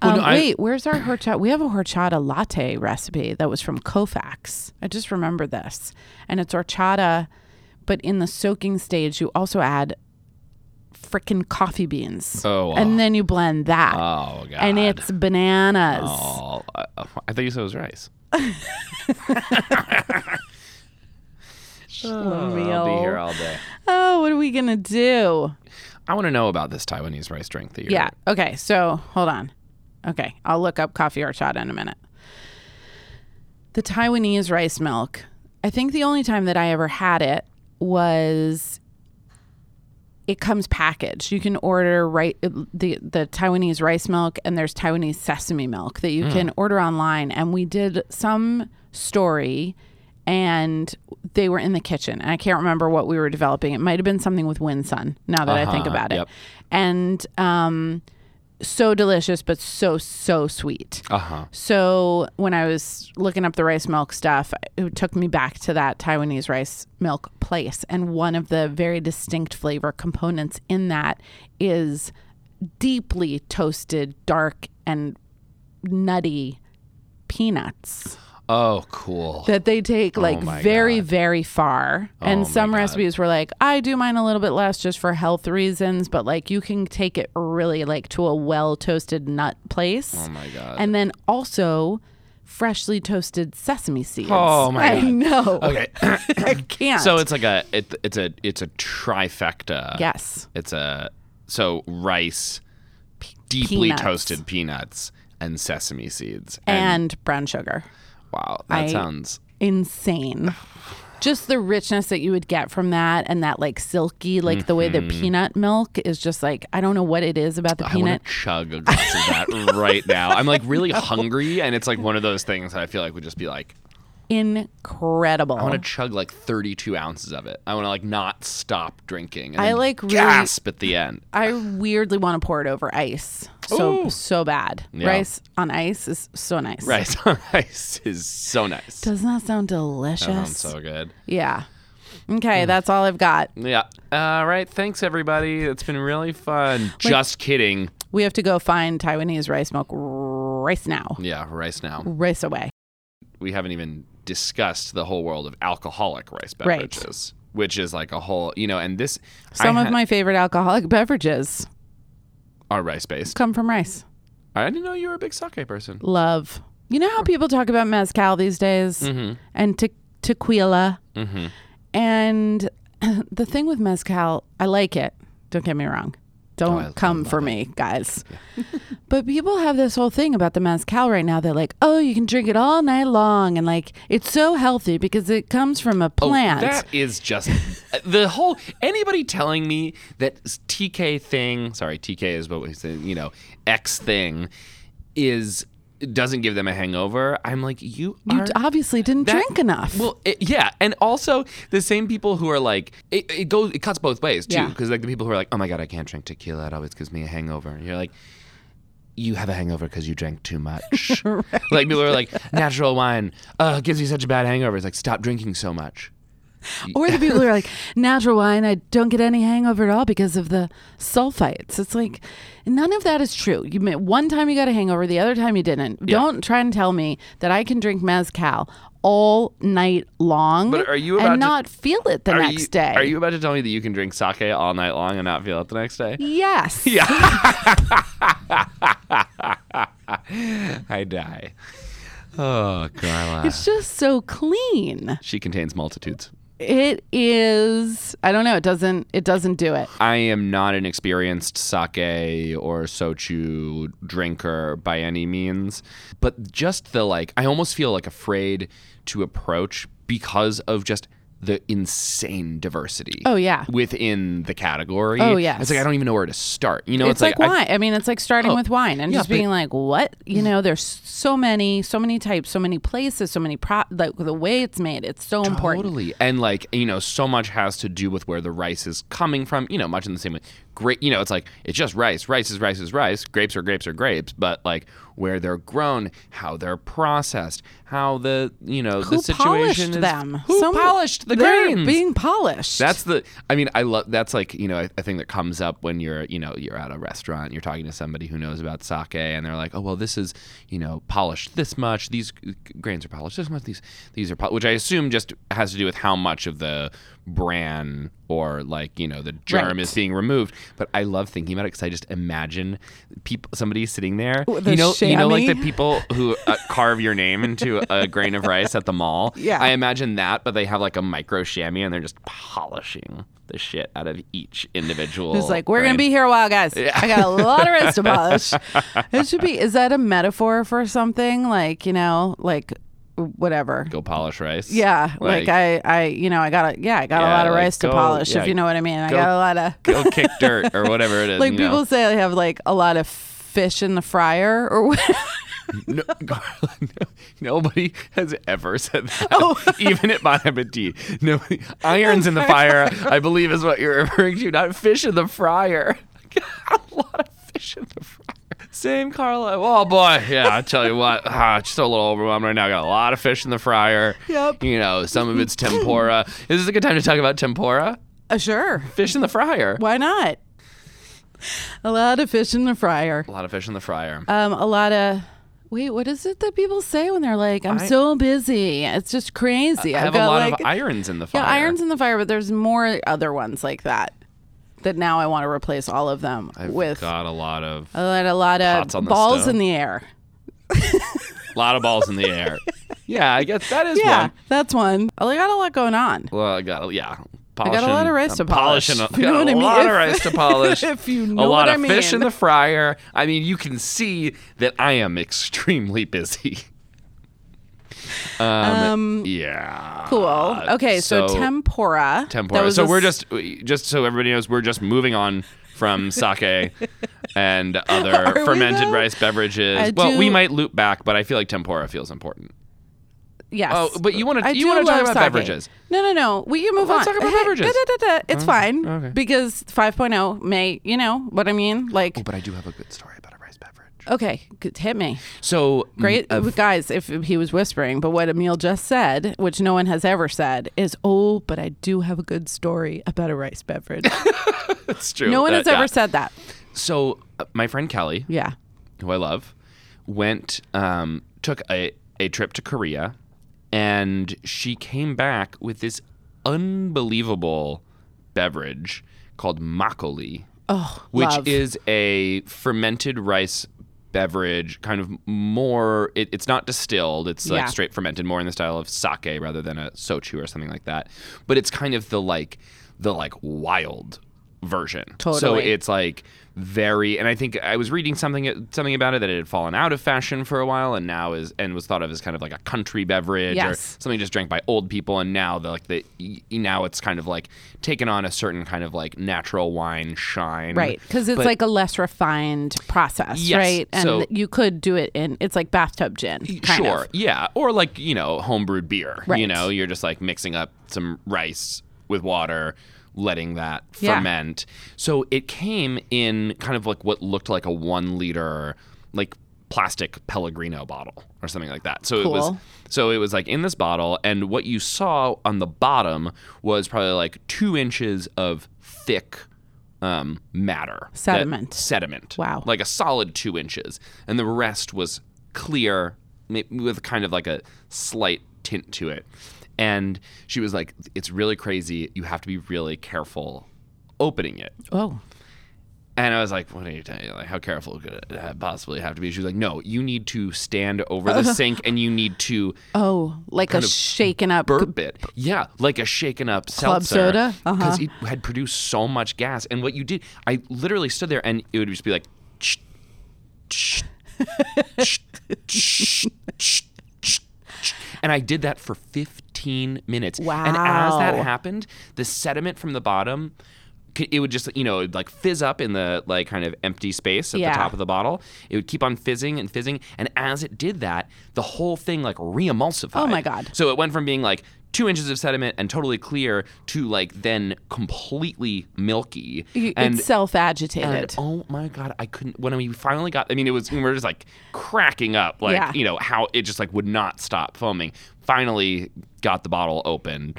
Speaker 2: Well,
Speaker 3: um,
Speaker 2: no, I-
Speaker 3: wait, where's our horchata? We have a horchata latte recipe that was from Kofax. I just remembered this. And it's horchata, but in the soaking stage, you also add frickin' coffee beans.
Speaker 2: Oh,
Speaker 3: And then you blend that.
Speaker 2: oh god.
Speaker 3: and it's bananas.
Speaker 2: Oh, I, I thought you said it was rice. I'll be here
Speaker 3: Schlemiel.
Speaker 2: all day.
Speaker 3: Oh, what are we going to do?
Speaker 2: I want to know about this Taiwanese rice drink that you're
Speaker 3: Yeah. Okay. So hold on. Okay. I'll look up coffee horchata in a minute. The Taiwanese rice milk. I think the only time that I ever had it was it comes packaged. You can order right the the Taiwanese rice milk and there's Taiwanese sesame milk that
Speaker 2: Mm.
Speaker 3: you can order online and we did some story and they were in the kitchen. And I can't remember what we were developing. It might have been something with Winsun now that I think
Speaker 2: Uh-huh.
Speaker 3: about it.
Speaker 2: Yep.
Speaker 3: And um so delicious but so so sweet.
Speaker 2: Uh huh.
Speaker 3: So when I was looking up the rice milk stuff, it took me back to that Taiwanese rice milk place. And one of the very distinct flavor components in that is deeply toasted, dark, and nutty peanuts
Speaker 2: Oh, cool.
Speaker 3: that they take like
Speaker 2: Oh my Oh
Speaker 3: very very far and
Speaker 2: my
Speaker 3: some
Speaker 2: God.
Speaker 3: recipes were like i do mine a little bit less just for health reasons but like you can take it really like to a well toasted nut place
Speaker 2: oh my god.
Speaker 3: and then also freshly toasted sesame seeds.
Speaker 2: Oh, my
Speaker 3: I
Speaker 2: God.
Speaker 3: know.
Speaker 2: okay.
Speaker 3: I can't.
Speaker 2: so it's like a it, it's a it's a trifecta.
Speaker 3: yes,
Speaker 2: It's a so rice, deeply
Speaker 3: peanuts.
Speaker 2: toasted peanuts and sesame seeds.
Speaker 3: and, brown sugar.
Speaker 2: wow, that
Speaker 3: I-
Speaker 2: sounds
Speaker 3: Insane. Just the richness that you would get from that and that like silky, like the way the peanut milk is just like, I don't know what it is about the
Speaker 2: Mm-hmm. I
Speaker 3: peanut.
Speaker 2: want to chug a glass of that right now. I'm like really hungry, and it's like one of those things that I feel like would just be like,
Speaker 3: Incredible.
Speaker 2: I want to chug like 32 ounces of it. I want to like not stop drinking. And
Speaker 3: I,
Speaker 2: then
Speaker 3: like, really-
Speaker 2: gasp at the end.
Speaker 3: I weirdly want to pour it over ice. So, so bad.
Speaker 2: Yeah.
Speaker 3: Rice on ice is so nice.
Speaker 2: Rice on rice is so nice.
Speaker 3: Doesn't that sound delicious?
Speaker 2: Sounds so Mm. good.
Speaker 3: yeah. Okay, that's all I've got.
Speaker 2: Yeah. All right. Thanks everybody. It's been really fun. just kidding.
Speaker 3: We have to go find Taiwanese rice milk right now,
Speaker 2: Yeah. Rice now.
Speaker 3: race away.
Speaker 2: We haven't even discussed the whole world of alcoholic rice
Speaker 3: Right.
Speaker 2: beverages, which is like a whole, you know, and this I
Speaker 3: Some of
Speaker 2: ha-
Speaker 3: my favorite alcoholic beverages
Speaker 2: are rice based.
Speaker 3: come from rice.
Speaker 2: I didn't know you were a big sake person.
Speaker 3: Love. You know how people talk about mezcal these days
Speaker 2: Mm-hmm.
Speaker 3: and te- tequila? And the thing with mezcal, I like it. Don't get me wrong. Don't
Speaker 2: Oh, I- I
Speaker 3: come for me, guys. but people have this whole thing about the mezcal right now. They're like, oh, you can drink it all night long. And like, it's so healthy because it comes from a plant.
Speaker 2: Oh, That is just uh, the whole. Anybody telling me that TK thing, sorry, TK is what we say, you know, X thing is doesn't give them a hangover. I'm like, you,
Speaker 3: you
Speaker 2: are,
Speaker 3: d- obviously didn't
Speaker 2: that-
Speaker 3: drink enough.
Speaker 2: Well, it, yeah, and also the same people who are like, it, it goes, it cuts both ways too,
Speaker 3: Yeah.
Speaker 2: because like the people who are like, oh my god, I can't drink tequila, it always gives me a hangover. And you're like, you have a hangover because you drank too much. Like people are like, natural wine uh, gives you such a bad hangover. It's like, stop drinking so much.
Speaker 3: Or the people who are like, natural wine, I don't get any hangover at all because of the sulfites. It's like, none of that is true. You may, One time you got a hangover, the other time you didn't. Don't try and tell me that I can drink Mezcal all night long
Speaker 2: But are you about to-
Speaker 3: and not feel it the
Speaker 2: Are
Speaker 3: next
Speaker 2: you,
Speaker 3: day.
Speaker 2: Are you about to tell me that you can drink sake all night long and not feel it the next day?
Speaker 3: Yes.
Speaker 2: I die. Oh, Carla.
Speaker 3: It's just so clean.
Speaker 2: she contains multitudes.
Speaker 3: It is I don't know, it doesn't it doesn't do it.
Speaker 2: I am not an experienced sake or sochu drinker by any means, but just the like, I almost feel like afraid to approach because of just the insane diversity.
Speaker 3: Oh, yeah.
Speaker 2: within the category.
Speaker 3: Oh, yes.
Speaker 2: it's like I don't even know where to start. You know,
Speaker 3: It's, like,
Speaker 2: I-
Speaker 3: wine. I, mean, it's like starting with wine and
Speaker 2: Oh, yeah,
Speaker 3: just
Speaker 2: but-
Speaker 3: being like, what? You know, there's so many, so many types, so many places, so many pro. Like the way it's made, it's so important.
Speaker 2: Totally. And like, you know, so much has to do with where the rice is coming from, you know, much in the same way. Great, you know, it's like it's just rice. Rice is rice is rice. Grapes are grapes are grapes, but like where they're grown, how they're processed, how the, you know,
Speaker 3: Who
Speaker 2: the situation
Speaker 3: polished
Speaker 2: is
Speaker 3: them?
Speaker 2: Who
Speaker 3: Some-
Speaker 2: polished the
Speaker 3: they're
Speaker 2: grains?
Speaker 3: Being polished.
Speaker 2: That's the. I mean, I love. That's like you know a, a thing that comes up when you're you know you're at a restaurant, you're talking to somebody who knows about sake, and they're like, oh well, this is you know polished this much. These g- grains are polished this much. These these are pol-, which I assume just has to do with how much of the bran or like you know the germ
Speaker 3: Right.
Speaker 2: is being removed. But I love thinking about it because I just imagine people somebody sitting there.
Speaker 3: With a
Speaker 2: you know you know like the
Speaker 3: chamois?
Speaker 2: people who uh, carve your name into a grain of rice at the mall.
Speaker 3: Yeah.
Speaker 2: I imagine that, but they have like a micro chamois and they're just polishing the shit out of each individual.
Speaker 3: It's like we're
Speaker 2: grain.
Speaker 3: gonna be here a while, guys. I got a lot of rice to polish. It should be. Is that a metaphor for something? Like you know, like whatever.
Speaker 2: go polish rice.
Speaker 3: Yeah, like, I, I, you know, I got a yeah, I got a
Speaker 2: Yeah,
Speaker 3: lot of
Speaker 2: like,
Speaker 3: rice to
Speaker 2: go-
Speaker 3: polish,
Speaker 2: yeah,
Speaker 3: if you know what I mean. I
Speaker 2: go-
Speaker 3: got a lot of
Speaker 2: go kick dirt or whatever it is.
Speaker 3: like
Speaker 2: you
Speaker 3: people
Speaker 2: know.
Speaker 3: say they have like a lot of fish in the fryer or whatever.
Speaker 2: No, Carla, no- nobody has ever said that. Even at Bon Appetit. Nobody, irons in the fire, I believe, is what you're referring to, not fish in the fryer. a lot of fish in the fryer. Same, Carla. Oh, boy. Yeah, I tell you what, ah, just a little overwhelmed right now. Got a lot of fish in the fryer.
Speaker 3: Yep.
Speaker 2: You know, some of it's tempura. Is this a good time to talk about tempura?
Speaker 3: Uh, sure,
Speaker 2: Fish in the fryer.
Speaker 3: why not? A lot of fish in the fryer.
Speaker 2: A lot of fish in the fryer.
Speaker 3: Um, a lot of wait, what is it that people say when they're like, I'm
Speaker 2: I-
Speaker 3: so busy? It's just crazy.
Speaker 2: I
Speaker 3: I've
Speaker 2: have a
Speaker 3: got,
Speaker 2: lot
Speaker 3: like-
Speaker 2: of irons in the fire.
Speaker 3: Yeah, irons in the fire, but there's more other ones like that. That now I want to replace all of them with
Speaker 2: got a lot of
Speaker 3: a lot, a lot of
Speaker 2: Pots on the
Speaker 3: balls
Speaker 2: stove.
Speaker 3: in the air.
Speaker 2: a lot of balls in the air. Yeah, I guess that is
Speaker 3: Yeah,
Speaker 2: one.
Speaker 3: that's one. Oh, I got a lot going on.
Speaker 2: Well, I got yeah.
Speaker 3: I got a lot of rice to polish.
Speaker 2: Polishing,
Speaker 3: You know
Speaker 2: got
Speaker 3: what
Speaker 2: a
Speaker 3: I mean?
Speaker 2: lot of
Speaker 3: If-
Speaker 2: rice to polish.
Speaker 3: if you
Speaker 2: a
Speaker 3: know
Speaker 2: lot
Speaker 3: what I
Speaker 2: of fish in
Speaker 3: mean.
Speaker 2: the fryer. I mean, you can see that I am extremely busy. Um, yeah.
Speaker 3: Cool. Okay, so, tempura. That
Speaker 2: tempura.
Speaker 3: was
Speaker 2: Ah, So
Speaker 3: a
Speaker 2: we're
Speaker 3: s-
Speaker 2: just just so everybody knows, we're just moving on from sake and
Speaker 3: Are
Speaker 2: other
Speaker 3: we,
Speaker 2: fermented
Speaker 3: though?
Speaker 2: rice beverages.
Speaker 3: I
Speaker 2: well, we
Speaker 3: do-
Speaker 2: might loop back, but I feel like tempura feels important.
Speaker 3: yes.
Speaker 2: Oh, but you wanna-
Speaker 3: I
Speaker 2: you
Speaker 3: do
Speaker 2: wanna talk
Speaker 3: love
Speaker 2: about
Speaker 3: sake.
Speaker 2: beverages.
Speaker 3: No, no, no. We can move
Speaker 2: Let's
Speaker 3: on.
Speaker 2: talk about
Speaker 3: Hey,
Speaker 2: beverages. Oh,
Speaker 3: da, da, da, da. It's fine
Speaker 2: okay.
Speaker 3: because 5.0 may, you know what I mean? Like,
Speaker 2: But I do have a good story about a rice beverage.
Speaker 3: okay, good, hit me.
Speaker 2: So
Speaker 3: Great
Speaker 2: Mm,
Speaker 3: guys, if he was whispering, but what Emil just said, which no one has ever said, is oh, but I do have a good story about a rice beverage.
Speaker 2: That's true.
Speaker 3: no one
Speaker 2: That-
Speaker 3: has ever
Speaker 2: yeah.
Speaker 3: said that.
Speaker 2: So uh, my friend Kelly,
Speaker 3: Yeah.
Speaker 2: who I love, went um, took a, a trip to Korea, and she came back with this unbelievable beverage called makgeolli,
Speaker 3: Oh,
Speaker 2: which
Speaker 3: love.
Speaker 2: is a fermented rice beverage, kind of more. It, it's not distilled; it's
Speaker 3: Yeah.
Speaker 2: like straight fermented, more in the style of sake rather than a sochu or something like that. But it's kind of the like the like wild version. So
Speaker 3: Totally.
Speaker 2: it it's like very and i think i was reading something something about it that it had fallen out of fashion for a while and now is and was thought of as kind of like a country beverage or
Speaker 3: Yes.
Speaker 2: something just drank by old people and now the like the y- now it's kind of like taken on a certain kind of like natural wine shine
Speaker 3: Right, because it's
Speaker 2: Mm. But-
Speaker 3: like a less refined process,
Speaker 2: Yes,
Speaker 3: right? And
Speaker 2: so-
Speaker 3: you could do it in it's like bathtub gin, kind
Speaker 2: sure
Speaker 3: of.
Speaker 2: yeah or like you know homebrewed beer you
Speaker 3: Right.
Speaker 2: know you're just like mixing up some rice with water letting that
Speaker 3: Yeah.
Speaker 2: ferment so it came in kind of like what looked like a one liter like plastic Pellegrino bottle or something like that. So it was
Speaker 3: Cool.
Speaker 2: so it was like in this bottle, and what you saw on the bottom was probably like two inches of thick um, matter that-
Speaker 3: Sediment.
Speaker 2: sediment.
Speaker 3: Wow.
Speaker 2: Like a solid two inches, and the rest was clear ma- with kind of like a slight tint to it. And she was like, "It's really crazy. You have to be really careful opening it."
Speaker 3: Oh,
Speaker 2: And I was like, "What are you telling? Like, how careful could it possibly have to be?" She was like, "No, you need to stand over the sink, and you need to
Speaker 3: oh, like a shaken up.
Speaker 2: burp it. Yeah, like a shaken up
Speaker 3: Club
Speaker 2: seltzer.
Speaker 3: soda? Uh-huh.
Speaker 2: because it had produced so much gas. And what you did, I literally stood there, and it would just be like, "Tsh, tsh, tsh, tsh, tsh, tsh, tsh." and I did that for 15 minutes. And as that
Speaker 3: Wow.
Speaker 2: happened, the sediment from the bottom. c- It would just, you know, it'd like fizz up in the like kind of empty space at
Speaker 3: Yeah.
Speaker 2: the top of the bottle. It would keep on fizzing and fizzing, and as it did that, the whole thing like re-emulsified.
Speaker 3: Oh my God.
Speaker 2: So it went from being like two inches of sediment and totally clear to like then completely milky.
Speaker 3: You-
Speaker 2: and,
Speaker 3: it's self
Speaker 2: and
Speaker 3: agitated.
Speaker 2: oh my god, I couldn't. When we finally got, I mean, it was we were just like cracking up, like
Speaker 3: Yeah.
Speaker 2: you know how it just like would not stop foaming. Finally, got the bottle open.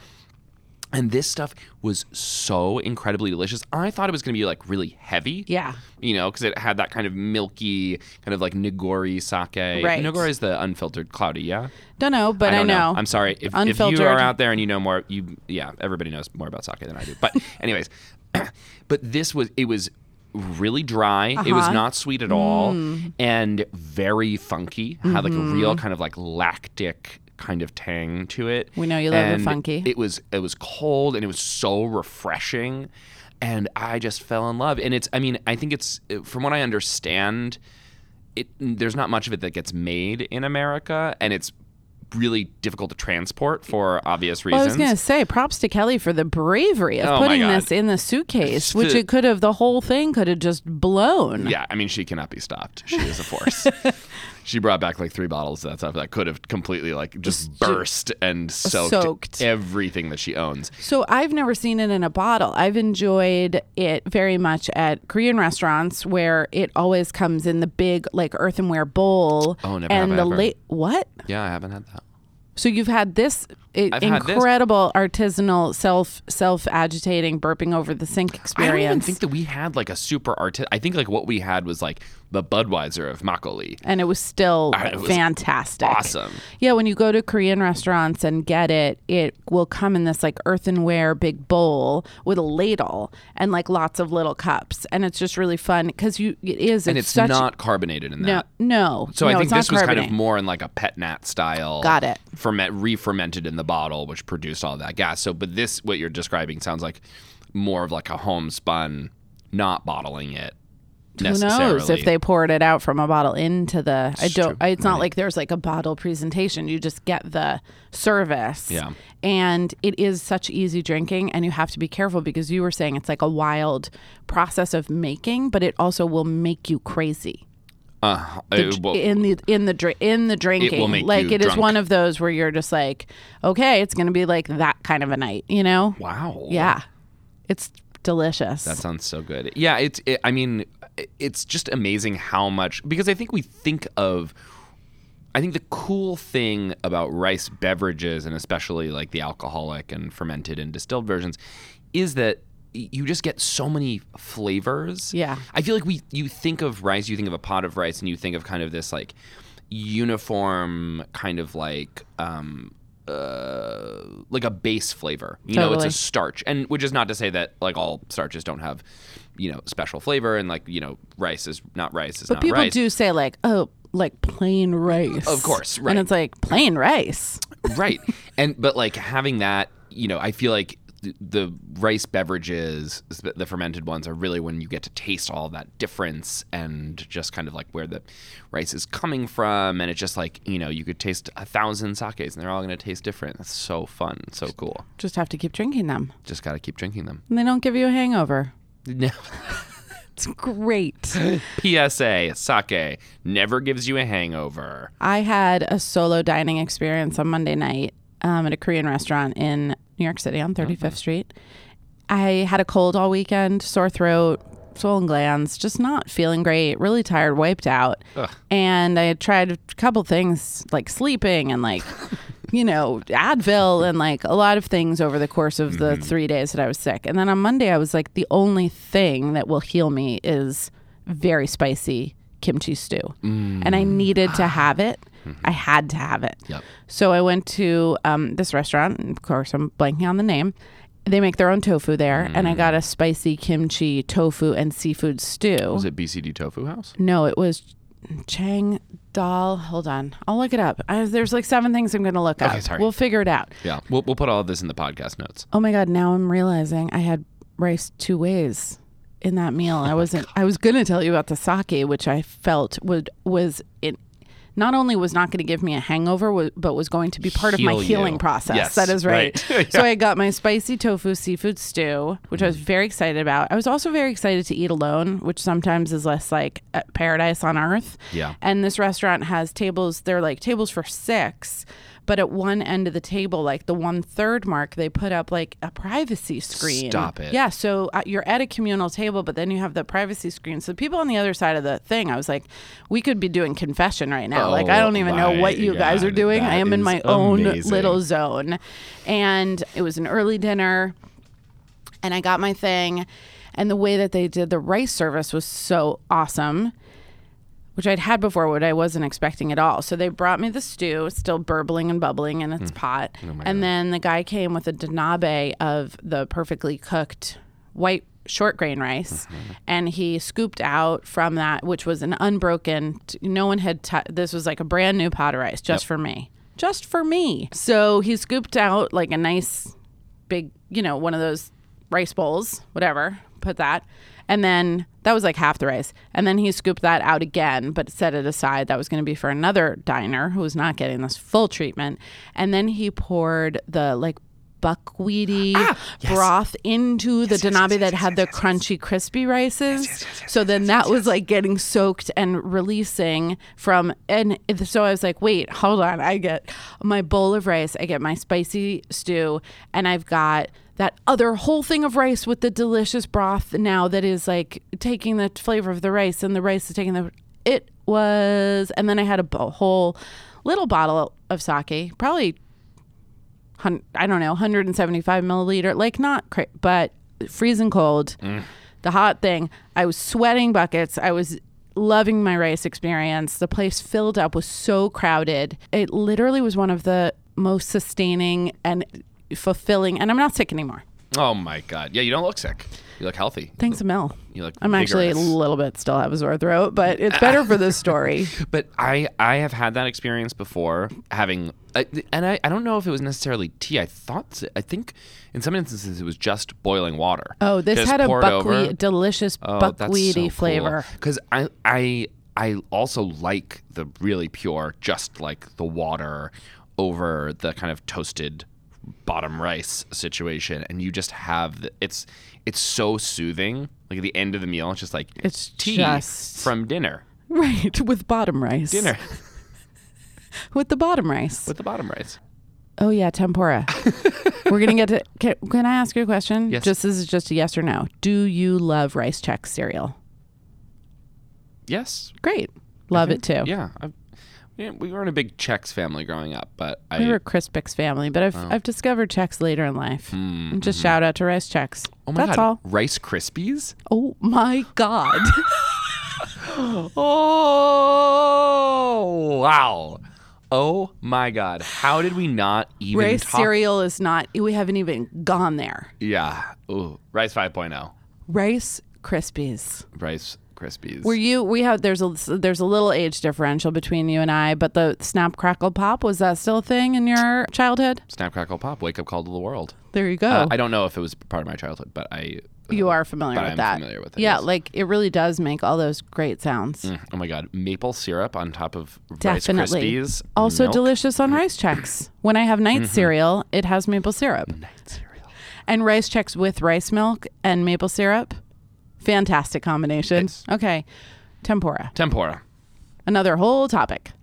Speaker 2: And this stuff was so incredibly delicious. I thought it was going to be like really heavy.
Speaker 3: Yeah.
Speaker 2: You know, because it had that kind of milky, kind of like Nigori sake.
Speaker 3: Right.
Speaker 2: Nigori is the unfiltered cloudy, yeah?
Speaker 3: Don't know, but I,
Speaker 2: don't
Speaker 3: know.
Speaker 2: I'm sorry. If, if
Speaker 3: Unfiltered.
Speaker 2: you are out there and you know more, you yeah, everybody knows more about sake than I do. But anyways, but this was it was really dry. It
Speaker 3: Uh-huh.
Speaker 2: was not sweet at all,
Speaker 3: Mm.
Speaker 2: and very funky. Had like a
Speaker 3: Mm-hmm.
Speaker 2: real kind of like lactic kind of tang to it.
Speaker 3: We know you love the
Speaker 2: And
Speaker 3: funky.
Speaker 2: It was it was cold and it was so refreshing. And I just fell in love. And it's, I mean, I think it's, from what I understand, it there's not much of it that gets made in America, and it's really difficult to transport for obvious
Speaker 3: Well, I
Speaker 2: reasons.
Speaker 3: was gonna say, props to Kelly for the bravery of
Speaker 2: Oh my
Speaker 3: putting
Speaker 2: God.
Speaker 3: this in the suitcase,
Speaker 2: Just
Speaker 3: which
Speaker 2: the-
Speaker 3: it could have. The whole thing could have just blown.
Speaker 2: yeah, I mean, she cannot be stopped. She is a force. she brought back like three bottles of that stuff that could have completely like just burst and soaked,
Speaker 3: Soaked.
Speaker 2: everything that she owns.
Speaker 3: So I've never seen it in a bottle. I've enjoyed it very much at Korean restaurants where it always comes in the big like earthenware bowl.
Speaker 2: Oh, never
Speaker 3: And
Speaker 2: have I
Speaker 3: the
Speaker 2: ever.
Speaker 3: late what?
Speaker 2: Yeah, I haven't had that.
Speaker 3: So you've had this i-
Speaker 2: I've had this.
Speaker 3: incredible artisanal self self agitating burping over the sink
Speaker 2: I don't even
Speaker 3: experience,
Speaker 2: think that we had like a super artist. I think like what we had was like the Budweiser of Makgeolli.
Speaker 3: and it was still
Speaker 2: Ah, it was
Speaker 3: fantastic,
Speaker 2: awesome.
Speaker 3: Yeah, when you go to Korean restaurants and get it, it will come in this like earthenware big bowl with a ladle and like lots of little cups, and it's just really fun because you it is
Speaker 2: And it's
Speaker 3: such
Speaker 2: not carbonated in
Speaker 3: no
Speaker 2: that.
Speaker 3: no.
Speaker 2: So I
Speaker 3: no,
Speaker 2: think
Speaker 3: it's not
Speaker 2: this was kind of
Speaker 3: carbonate.
Speaker 2: more in like a pet nat style.
Speaker 3: Got it.
Speaker 2: Ferment, re-fermented in the bottle, which produced all that gas. So, but this, what you're describing, sounds like more of like a homespun, not bottling it.
Speaker 3: Who knows
Speaker 2: necessarily.
Speaker 3: if they poured it out from a bottle into the? I don't.
Speaker 2: true.
Speaker 3: I, it's not like there's like a bottle presentation. You just get the service.
Speaker 2: Yeah.
Speaker 3: And it is such easy drinking, and you have to be careful because you were saying it's like a wild process of making, but it also will make you crazy
Speaker 2: Uh, it, well,
Speaker 3: in the in the dri- in the drinking.
Speaker 2: make
Speaker 3: like
Speaker 2: you
Speaker 3: it is
Speaker 2: drunk.
Speaker 3: one of those where you're just like, okay, it's gonna be like that kind of a night, you know?
Speaker 2: wow.
Speaker 3: Yeah. It's delicious.
Speaker 2: That sounds so good. Yeah, it's. It, I mean, i- it's just amazing how much because I think we think of. I think the cool thing about rice beverages and especially like the alcoholic and fermented and distilled versions is that y- you just get so many flavors.
Speaker 3: Yeah.
Speaker 2: I feel like we you think of rice, you think of a pot of rice, and you think of kind of this like uniform kind of like um uh like a base flavor. You know, it's
Speaker 3: Totally.
Speaker 2: a starch, and which is not to say that like all starches don't have you know special flavor, and like you know rice is not rice is
Speaker 3: but
Speaker 2: not
Speaker 3: people
Speaker 2: rice.
Speaker 3: do say like, oh, like plain rice.
Speaker 2: Of course, right.
Speaker 3: And it's like plain rice.
Speaker 2: right and but like having that you know i feel like th- the rice beverages sp- the fermented ones are really when you get to taste all that difference and just kind of like where the rice is coming from and it's just like you know you could taste a thousand sakes and they're all going to taste different that's so fun so cool
Speaker 3: Just have to keep drinking them.
Speaker 2: just got to keep drinking them
Speaker 3: And they don't give you a hangover.
Speaker 2: No.
Speaker 3: It's great.
Speaker 2: psa sake never gives you a hangover
Speaker 3: I had a solo dining experience on Monday night um, at a Korean restaurant in New York City on 35th Street. I had a cold all weekend, sore throat, swollen glands, just not feeling great, really tired, wiped out. And I had tried a couple things like sleeping and like, you know, Advil and like a lot of things over the course of the three days that I was sick. And then on Monday, I was like, the only thing that will heal me is very spicy kimchi stew. And I needed to have it. I had to have it.
Speaker 2: Yep.
Speaker 3: So I went to um, this restaurant. and Of course, I'm blanking on the name. They make their own tofu there, and
Speaker 2: Mm.
Speaker 3: I got a spicy kimchi tofu and seafood stew.
Speaker 2: Was it BCD Tofu House?
Speaker 3: no, it was Chang Dal. Hold on, I'll look it up. I, there's like seven things I'm going to look up.
Speaker 2: sorry.
Speaker 3: We'll figure it out.
Speaker 2: Yeah. We'll, we'll put all of this in the podcast notes.
Speaker 3: Oh my god! Now I'm realizing I had rice two ways in that meal.
Speaker 2: Oh
Speaker 3: I wasn't. I was going to tell you about the sake, which I felt would was it. Not only was not going to give me a hangover, wa- but was going to be part of
Speaker 2: Heal
Speaker 3: my healing
Speaker 2: you.
Speaker 3: process.
Speaker 2: Yes,
Speaker 3: that is right.
Speaker 2: right.
Speaker 3: So I got my spicy tofu seafood stew, which I was very excited about. I was also very excited to eat alone, which sometimes is less like a paradise on earth.
Speaker 2: Yeah.
Speaker 3: And this restaurant has tables, they're like tables for six, but at one end of the table, like the one third mark, they put up like a privacy screen.
Speaker 2: Stop it.
Speaker 3: Yeah. So uh, you're at a communal table, but then you have the privacy screen. So the people on the other side of the thing, I was like, we could be doing confession right now. like, I
Speaker 2: Oh
Speaker 3: don't even know
Speaker 2: my
Speaker 3: what you guys are
Speaker 2: God,
Speaker 3: doing. I
Speaker 2: that
Speaker 3: am in
Speaker 2: is
Speaker 3: my own
Speaker 2: amazing.
Speaker 3: little zone. And it was an early dinner and I got my thing. And the way that they did the rice service was so awesome, which I'd had before, what I wasn't expecting at all. So they brought me the stew, it's still burbling and bubbling in its pot. and then the guy came with a danabe of the perfectly cooked white short grain rice and he scooped out from that which was an unbroken t- no one had t- this was like a brand new pot of rice just for me just for me so he scooped out like a nice big, you know, one of those rice bowls, whatever, put that. And then that was like half the rice. And then he scooped that out again, but set it aside. That was going to be for another diner who was not getting this full treatment. And then he poured the like buckwheaty broth into the danabe that had the crunchy, crispy rices. so then that was like getting soaked and releasing from. And it- so I was like, wait, hold on. I get my bowl of rice, I get my spicy stew, and I've got that other whole thing of rice with the delicious broth now that is like taking the flavor of the rice, and the rice is taking the. It was. And then I had a bo- whole little bottle of sake, probably hun- I don't know, 175 milliliter, like not, cra- but freezing cold.
Speaker 2: Mm.
Speaker 3: The hot thing. I was sweating buckets. I was loving my race experience. The place filled up was so crowded. It literally was one of the most sustaining and fulfilling. And I'm not sick anymore.
Speaker 2: Oh my God. Yeah, you don't look sick. You look healthy.
Speaker 3: Thanks, Emil.
Speaker 2: You look.
Speaker 3: I'm actually a
Speaker 2: vigorous.
Speaker 3: little bit still have a sore throat, but it's better for this story.
Speaker 2: But I I have had that experience before, having I- and I, I don't know if it was necessarily tea. I thought I think in some instances it was just boiling water.
Speaker 3: Oh, this
Speaker 2: Just
Speaker 3: had a
Speaker 2: poured over. Oh,
Speaker 3: buckwheat, delicious buckwheaty flavor.
Speaker 2: Because I I I also like the really pure, just like the water over the kind of toasted bottom rice situation, and you just have the, it's it's so soothing. Like at the end of the meal, it's just like
Speaker 3: It's
Speaker 2: tea
Speaker 3: just-
Speaker 2: from dinner.
Speaker 3: Right, with bottom rice.
Speaker 2: Dinner
Speaker 3: With the bottom rice.
Speaker 2: with the bottom rice.
Speaker 3: Oh yeah, tempura. We're gonna get to. Can, can I ask you a question?
Speaker 2: Yes.
Speaker 3: Just this is just a yes or no. Do you love rice check cereal?
Speaker 2: Yes,
Speaker 3: Great, love it too.
Speaker 2: Yeah, I, yeah, we weren't a big Chex family growing up, but I
Speaker 3: We were a Crispix family, but I've I've discovered checks later in life. Just shout out to rice checks.
Speaker 2: Hmm, oh my
Speaker 3: That's
Speaker 2: god,
Speaker 3: all.
Speaker 2: Rice Krispies.
Speaker 3: Oh my god.
Speaker 2: Oh wow! Oh my god, how did we not even
Speaker 3: rice
Speaker 2: talk?
Speaker 3: cereal is not. We haven't even gone there.
Speaker 2: Yeah, ooh, Rice 5.0,
Speaker 3: Rice Krispies.
Speaker 2: Rice Krispies.
Speaker 3: Were you? We have. There's a there's a little age differential between you and I, but the snap crackle pop was that still a thing in your childhood?
Speaker 2: Snap Crackle Pop, Wake Up Call to the World.
Speaker 3: There you go.
Speaker 2: Uh, I don't know if it was part of my childhood, but I.
Speaker 3: Oh.
Speaker 2: uh,
Speaker 3: You are familiar
Speaker 2: But
Speaker 3: with
Speaker 2: I'm
Speaker 3: that.
Speaker 2: familiar with it,
Speaker 3: Yeah,
Speaker 2: yes.
Speaker 3: like it really does make all those great sounds.
Speaker 2: Oh my god, maple syrup on top of
Speaker 3: Definitely.
Speaker 2: Rice Krispies.
Speaker 3: Also
Speaker 2: milk. Mm-hmm.
Speaker 3: delicious on rice checks. When I have night cereal, it has maple syrup.
Speaker 2: Night cereal.
Speaker 3: And rice checks with rice milk and maple syrup. Fantastic combination.
Speaker 2: Nice.
Speaker 3: Okay. Tempura.
Speaker 2: Tempura.
Speaker 3: Another whole topic.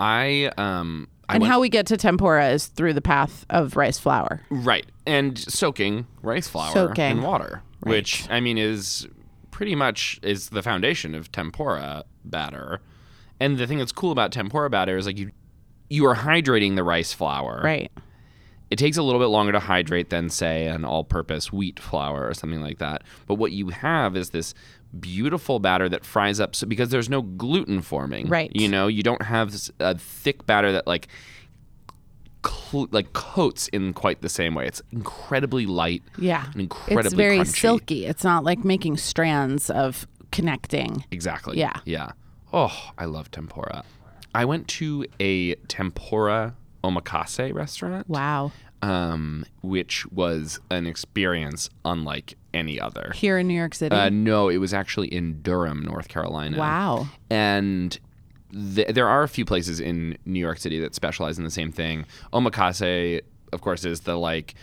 Speaker 2: I um. I
Speaker 3: and
Speaker 2: went-
Speaker 3: how we get to tempura is through the path of rice flour.
Speaker 2: Right. And soaking rice flour
Speaker 3: Soaking.
Speaker 2: in water, which I mean is pretty much is the foundation of tempura batter. And the thing that's cool about tempura batter is like you you are hydrating the rice flour.
Speaker 3: Right.
Speaker 2: It takes a little bit longer to hydrate than say an all-purpose wheat flour or something like that. But what you have is this beautiful batter that fries up so, because there's no gluten forming.
Speaker 3: Right.
Speaker 2: You know, you don't have this, a thick batter that like cl- like coats in quite the same way. It's incredibly light.
Speaker 3: Yeah.
Speaker 2: And incredibly
Speaker 3: it's very
Speaker 2: crunchy.
Speaker 3: silky. It's not like making strands of connecting.
Speaker 2: Exactly.
Speaker 3: Yeah.
Speaker 2: Yeah. Oh, I love tempura. I went to a tempura omakase restaurant,
Speaker 3: Wow.
Speaker 2: um, which was an experience unlike any other.
Speaker 3: Here in New York City.
Speaker 2: Uh, no, it was actually in Durham, North Carolina.
Speaker 3: wow.
Speaker 2: And th- there are a few places in New York City that specialize in the same thing. Omakase, of course, is the like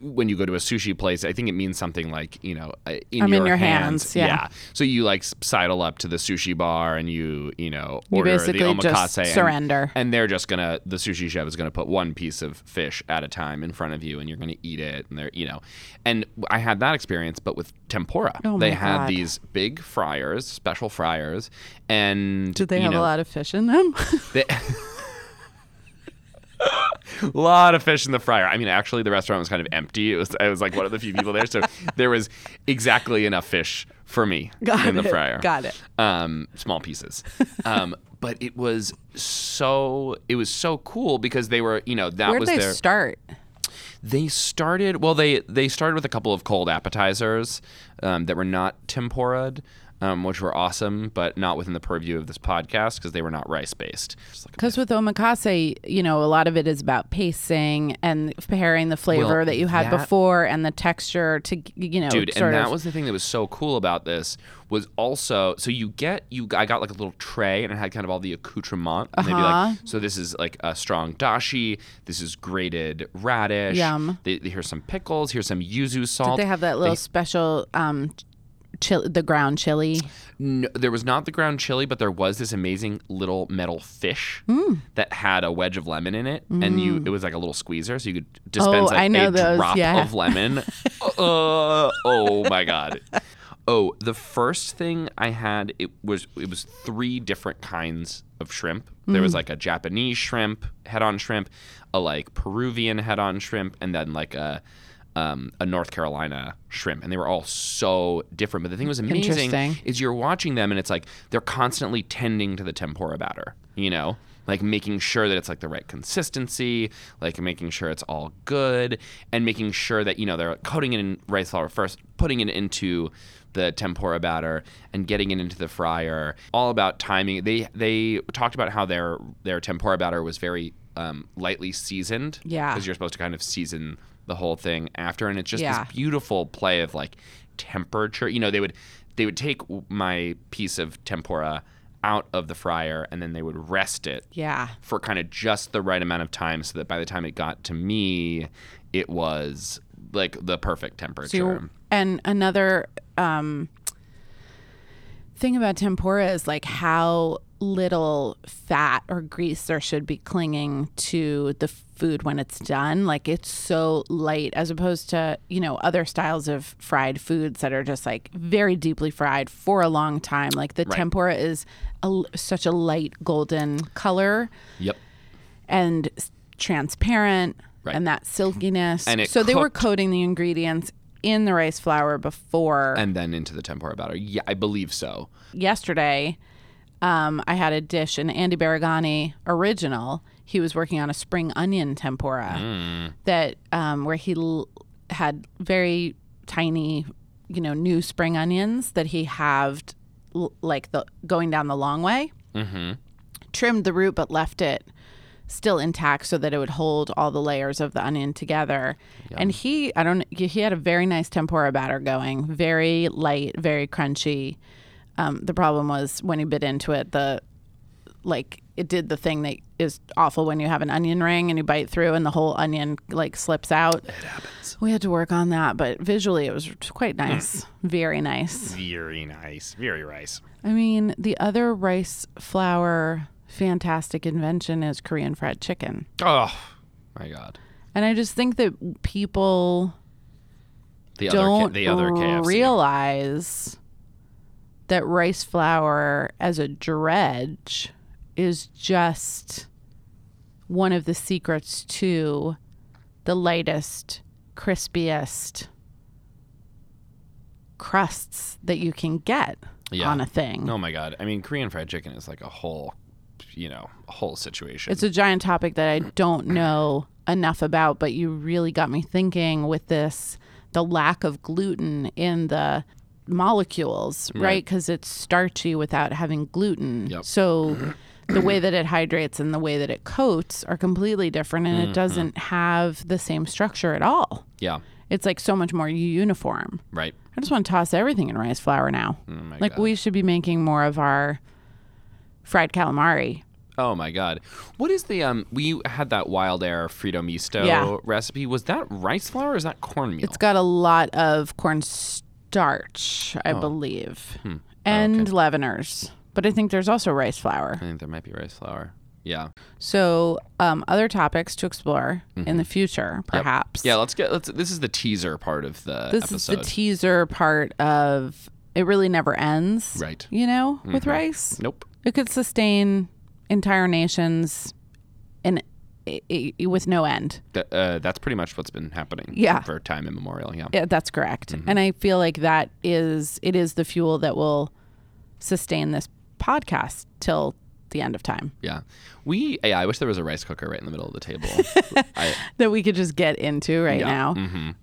Speaker 2: when you go to a sushi place. I think it means something like you know, uh, in,
Speaker 3: I'm in
Speaker 2: your,
Speaker 3: your hands, yeah.
Speaker 2: So you like s- sidle up to the sushi bar and you you know
Speaker 3: You
Speaker 2: order the
Speaker 3: basically
Speaker 2: omakase.
Speaker 3: just
Speaker 2: and-
Speaker 3: surrender.
Speaker 2: and they're just gonna the sushi chef is gonna put one piece of fish at a time in front of you and you're gonna eat it and they're you know and i had that experience but with tempura
Speaker 3: Oh
Speaker 2: they
Speaker 3: my
Speaker 2: had
Speaker 3: God.
Speaker 2: these big fryers special fryers and
Speaker 3: Did they
Speaker 2: you
Speaker 3: have
Speaker 2: know,
Speaker 3: a lot of fish in them?
Speaker 2: they- lot of fish in the fryer. I mean, actually, the restaurant was kind of empty. It was I was like one of the few people there, so there was exactly enough fish for me
Speaker 3: Got
Speaker 2: in the
Speaker 3: it.
Speaker 2: fryer.
Speaker 3: Got it.
Speaker 2: Um, small pieces. Um, but it was so it was so cool because they were you know that
Speaker 3: Where'd
Speaker 2: was
Speaker 3: they
Speaker 2: their
Speaker 3: start?
Speaker 2: they started well they they started with a couple of cold appetizers um, that were not tempura um, which were awesome but not within the purview of this podcast because they were not rice based
Speaker 3: Because with omakase, you know, a lot of it is about pacing and pairing the flavor
Speaker 2: Well,
Speaker 3: that you had
Speaker 2: that-
Speaker 3: before and the texture to, you know,
Speaker 2: dude
Speaker 3: sort
Speaker 2: and that
Speaker 3: of.
Speaker 2: was the thing that was so cool about this was also so you get you i got like a little tray and it had kind of all the accoutrement and they'd be
Speaker 3: Uh-huh.
Speaker 2: like so this is like a strong dashi this is grated radish
Speaker 3: Yum.
Speaker 2: They, here's some pickles here's some yuzu salt
Speaker 3: they have that little special, um, chili, the ground chili.
Speaker 2: No, there was not the ground chili, but there was this amazing little metal fish
Speaker 3: Hmm.
Speaker 2: that had a wedge of lemon in it, and you it was like a little squeezer, so you could dispense
Speaker 3: Oh,
Speaker 2: like
Speaker 3: I know
Speaker 2: a
Speaker 3: those,
Speaker 2: drop
Speaker 3: yeah.
Speaker 2: of lemon. Uh, oh my god! Oh, the first thing I had it was it was three different kinds of shrimp. There
Speaker 3: Hmm.
Speaker 2: was like a Japanese shrimp, head-on shrimp, a like Peruvian head-on shrimp, and then like a um, a North Carolina shrimp, and they were all so different. But the thing that was amazing
Speaker 3: Interesting.
Speaker 2: is you're watching them and it's like they're constantly tending to the tempura batter, you know? Like making sure that it's like the right consistency, like making sure it's all good, and making sure that, you know, they're coating it in rice flour first, putting it into the tempura batter and getting it into the fryer. All about timing. They they talked about how their their tempura batter was very um, lightly seasoned.
Speaker 3: Yeah.
Speaker 2: Because you're supposed to kind of season the whole thing after and it's just
Speaker 3: Yeah.
Speaker 2: this beautiful play of like temperature. You know, they would they would take w- my piece of tempura out of the fryer and then they would rest it
Speaker 3: Yeah.
Speaker 2: for kind of just the right amount of time so that by the time it got to me, it was like the perfect temperature.
Speaker 3: So you're- and another um, thing about tempura is like how little fat or grease there should be clinging to the food when it's done. Like it's so light as opposed to, you know, other styles of fried foods that are just like very deeply fried for a long time. Like the tempura is a l such a light golden color
Speaker 2: yep.
Speaker 3: and s- transparent
Speaker 2: Right.
Speaker 3: and that silkiness.
Speaker 2: And it
Speaker 3: so they were
Speaker 2: cooked-
Speaker 3: coating the ingredients in the rice flour before
Speaker 2: And then into the tempura batter. Yeah, I believe so.
Speaker 3: yesterday. Um, I had a dish, an Andy Baragani original. He was working on a spring onion tempura that um, where he l- had very tiny, you know, new spring onions that he halved, l- like the going down the long way trimmed the root but left it still intact so that it would hold all the layers of the onion together. And he, I don't, he had a very nice tempura batter going, very light, very crunchy. Um, the problem was when he bit into it, the like it did the thing that is awful when you have an onion ring and you bite through and the whole onion like slips out. It happens. Mm. We had to work on that, but visually it was quite nice, very nice.
Speaker 2: Very nice. Very rice.
Speaker 3: I mean, the other rice flour fantastic invention is Korean fried chicken.
Speaker 2: Oh my god.
Speaker 3: And I just think that people
Speaker 2: The other
Speaker 3: don't
Speaker 2: K- the other KFC.
Speaker 3: realize that rice flour as a dredge is just one of the secrets to the lightest, crispiest crusts that you can get
Speaker 2: Yeah.
Speaker 3: on a thing.
Speaker 2: Oh my god! I mean, Korean fried chicken is like a whole, you know, a whole situation.
Speaker 3: It's a giant topic that I don't know enough about, but you really got me thinking with this the lack of gluten in the molecules, right?
Speaker 2: Right.
Speaker 3: Because it's starchy without having gluten.
Speaker 2: Yep.
Speaker 3: So the way that it hydrates and the way that it coats are completely different, and it doesn't have the same structure at all.
Speaker 2: yeah,
Speaker 3: It's like so much more uniform.
Speaker 2: right.
Speaker 3: I just want to toss everything in rice flour now.
Speaker 2: Oh my
Speaker 3: like,
Speaker 2: god.
Speaker 3: we should be making more of our fried calamari.
Speaker 2: oh my god. What is the um? We had that wild air Frito Misto
Speaker 3: Yeah.
Speaker 2: recipe. Was that rice flour or is that cornmeal?
Speaker 3: It's got a lot of cornstarch,
Speaker 2: Oh.
Speaker 3: I believe,
Speaker 2: Hmm.
Speaker 3: and leaveners. But I think there's also rice flour.
Speaker 2: I think there might be rice flour. Yeah.
Speaker 3: So, um, other topics to explore in the future, perhaps.
Speaker 2: Mm-hmm. Yeah. Let's get. Let's. This is the teaser part of the
Speaker 3: This
Speaker 2: episode.
Speaker 3: is the teaser part of it, really never ends.
Speaker 2: Right. Mm-hmm.
Speaker 3: You know, with rice,
Speaker 2: nope.
Speaker 3: it could sustain entire nations in, i i with no end.
Speaker 2: Th- uh, that's pretty much what's been happening.
Speaker 3: Yeah.
Speaker 2: For time immemorial. Yeah.
Speaker 3: Yeah, that's correct.
Speaker 2: Mm-hmm.
Speaker 3: And I feel like that is it is the fuel that will sustain this podcast till the end of time.
Speaker 2: Yeah. We. Yeah. I wish there was a rice cooker right in the middle of the table. I,
Speaker 3: That we could just get into right
Speaker 2: Yeah.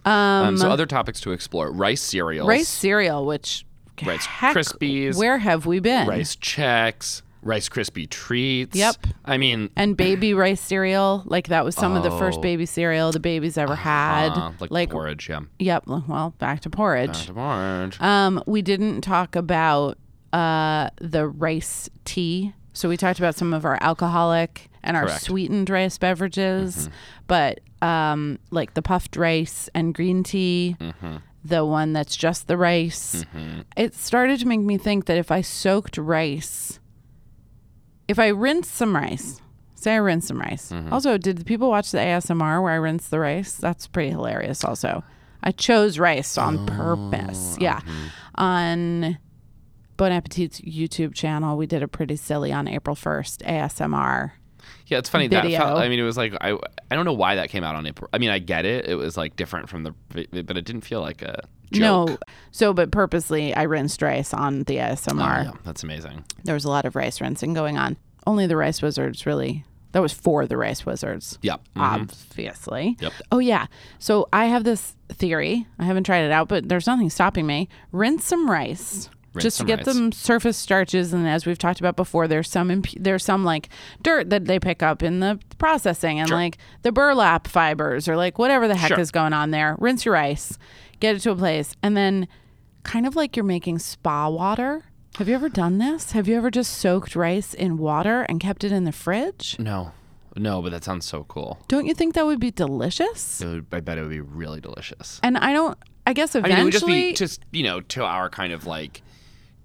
Speaker 3: now.
Speaker 2: um, So other topics to explore: rice cereals,
Speaker 3: uh, Rice cereal, which
Speaker 2: Rice
Speaker 3: heck,
Speaker 2: Krispies.
Speaker 3: Where have we been?
Speaker 2: rice checks, rice crispy treats.
Speaker 3: Mm-hmm. Yep.
Speaker 2: I mean,
Speaker 3: And baby rice cereal, like that was some of the first
Speaker 2: Oh.
Speaker 3: baby cereal the babies ever had.
Speaker 2: uh, like, porridge. Yeah.
Speaker 3: yep. Well, back to porridge.
Speaker 2: Porridge.
Speaker 3: Um, we didn't talk about uh, the rice tea. So we talked about some of our alcoholic and our
Speaker 2: Correct.
Speaker 3: sweetened rice beverages, but um, like the puffed rice and green tea, the one that's just the rice. It started to make me think that if I soaked rice, if I rinse some rice, say I rinse some rice.
Speaker 2: Mm-hmm.
Speaker 3: Also, did the people watch the ASMR where I rinse the rice? That's pretty hilarious. Also, I chose rice
Speaker 2: Oh,
Speaker 3: on purpose. Yeah, on Bon Appetit's YouTube channel, we did a pretty silly on April first ASMR.
Speaker 2: yeah, it's funny
Speaker 3: video.
Speaker 2: that felt, I mean, it was like I I don't know why that came out on April. I mean, I get it. It was like different from the, but it didn't feel like a joke.
Speaker 3: No, so but purposely I rinsed rice on the ASMR.
Speaker 2: Oh, Yeah, that's amazing.
Speaker 3: There was a lot of rice rinsing going on. Only the rice wizards really. That was for the rice wizards.
Speaker 2: Yeah. Mm-hmm.
Speaker 3: Ah. obviously.
Speaker 2: Yep.
Speaker 3: Oh yeah. So I have this theory. I haven't tried it out, but there's nothing stopping me. Rinse some rice.
Speaker 2: Rinse
Speaker 3: just to
Speaker 2: some
Speaker 3: get
Speaker 2: rice.
Speaker 3: them surface starches, and as we've talked about before, there's some imp- there's some like dirt that they pick up in the processing, and like the burlap fibers or like whatever the heck
Speaker 2: Sure.
Speaker 3: is going on there. Rinse your rice, get it to a place, and then kind of like you're making spa water. Have you ever done this? Have you ever just soaked rice in water and kept it in the fridge?
Speaker 2: No, no, but that sounds so cool.
Speaker 3: Don't you think that would be delicious?
Speaker 2: It would, I bet it would be really delicious.
Speaker 3: And I don't. I guess
Speaker 2: I
Speaker 3: eventually.
Speaker 2: mean, it would just be just you know to our kind of like,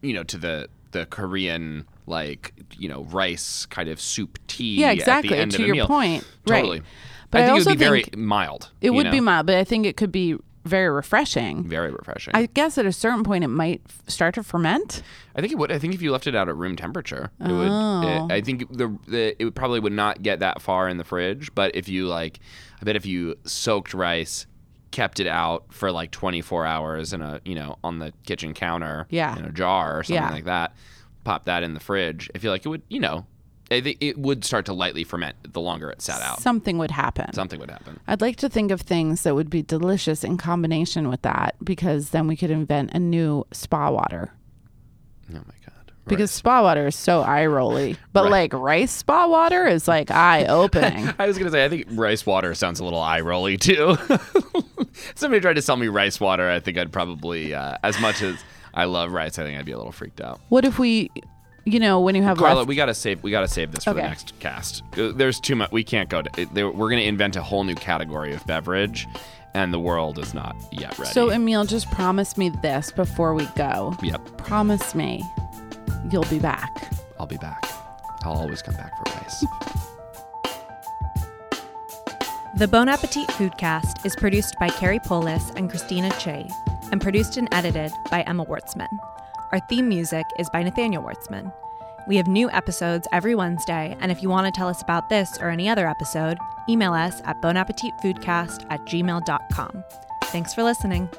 Speaker 2: you know, to the the Korean like you know rice kind of soup tea.
Speaker 3: yeah,
Speaker 2: at the
Speaker 3: exactly.
Speaker 2: end
Speaker 3: to
Speaker 2: of the
Speaker 3: your
Speaker 2: meal.
Speaker 3: point,
Speaker 2: Totally.
Speaker 3: right? But I,
Speaker 2: think
Speaker 3: also
Speaker 2: it would be very
Speaker 3: think
Speaker 2: mild.
Speaker 3: it
Speaker 2: you
Speaker 3: would be
Speaker 2: know?
Speaker 3: mild, but I think it could be very refreshing.
Speaker 2: very refreshing.
Speaker 3: I
Speaker 2: I,
Speaker 3: guess at a certain point it might f- start to ferment.
Speaker 2: think it would. I think if you left it out at room temperature, it would.
Speaker 3: Oh.
Speaker 2: It, I think the, the it would probably would not get that far in the fridge. But if you like, I bet if you soaked rice, kept it out for like 24 hours in a you know on the kitchen counter,
Speaker 3: Yeah.
Speaker 2: in a jar or something
Speaker 3: Yeah.
Speaker 2: like that, pop that in the fridge. I feel like it would. You know, I think it would start to lightly ferment the longer it sat out.
Speaker 3: Something would happen.
Speaker 2: Something would happen.
Speaker 3: I'd like to think of things that would be delicious in combination with that, because then we could invent a new spa water.
Speaker 2: Oh my god.
Speaker 3: Because spa water is so eye rolly, but like rice spa water is like eye opening.
Speaker 2: I was gonna say I think rice water sounds a little eye rolly too. Somebody tried to sell me rice water. I think I'd probably, uh, as much as I love rice, I think I'd be a little freaked out.
Speaker 3: what if we, you know, when you have
Speaker 2: Carla,
Speaker 3: left-
Speaker 2: we gotta save. We gotta save this for
Speaker 3: Okay.
Speaker 2: the next cast. Uh, There's too much. We can't go. To, it- there, we're gonna invent a whole new category of beverage, and the world is not yet ready.
Speaker 3: So, Emil, just promise me this before we go.
Speaker 2: yep,
Speaker 3: Promise me you'll be back.
Speaker 2: I'll be back. I'll always come back for rice.
Speaker 4: The Bon Appetit Foodcast is produced by Carrie Polis and Christina Che and produced and edited by Emma Wartzman. Our theme music is by Nathaniel Wartzman. We have new episodes every Wednesday, and if you want to tell us about this or any other episode, email us at bonappetitfoodcast at gmail.com. Thanks for listening.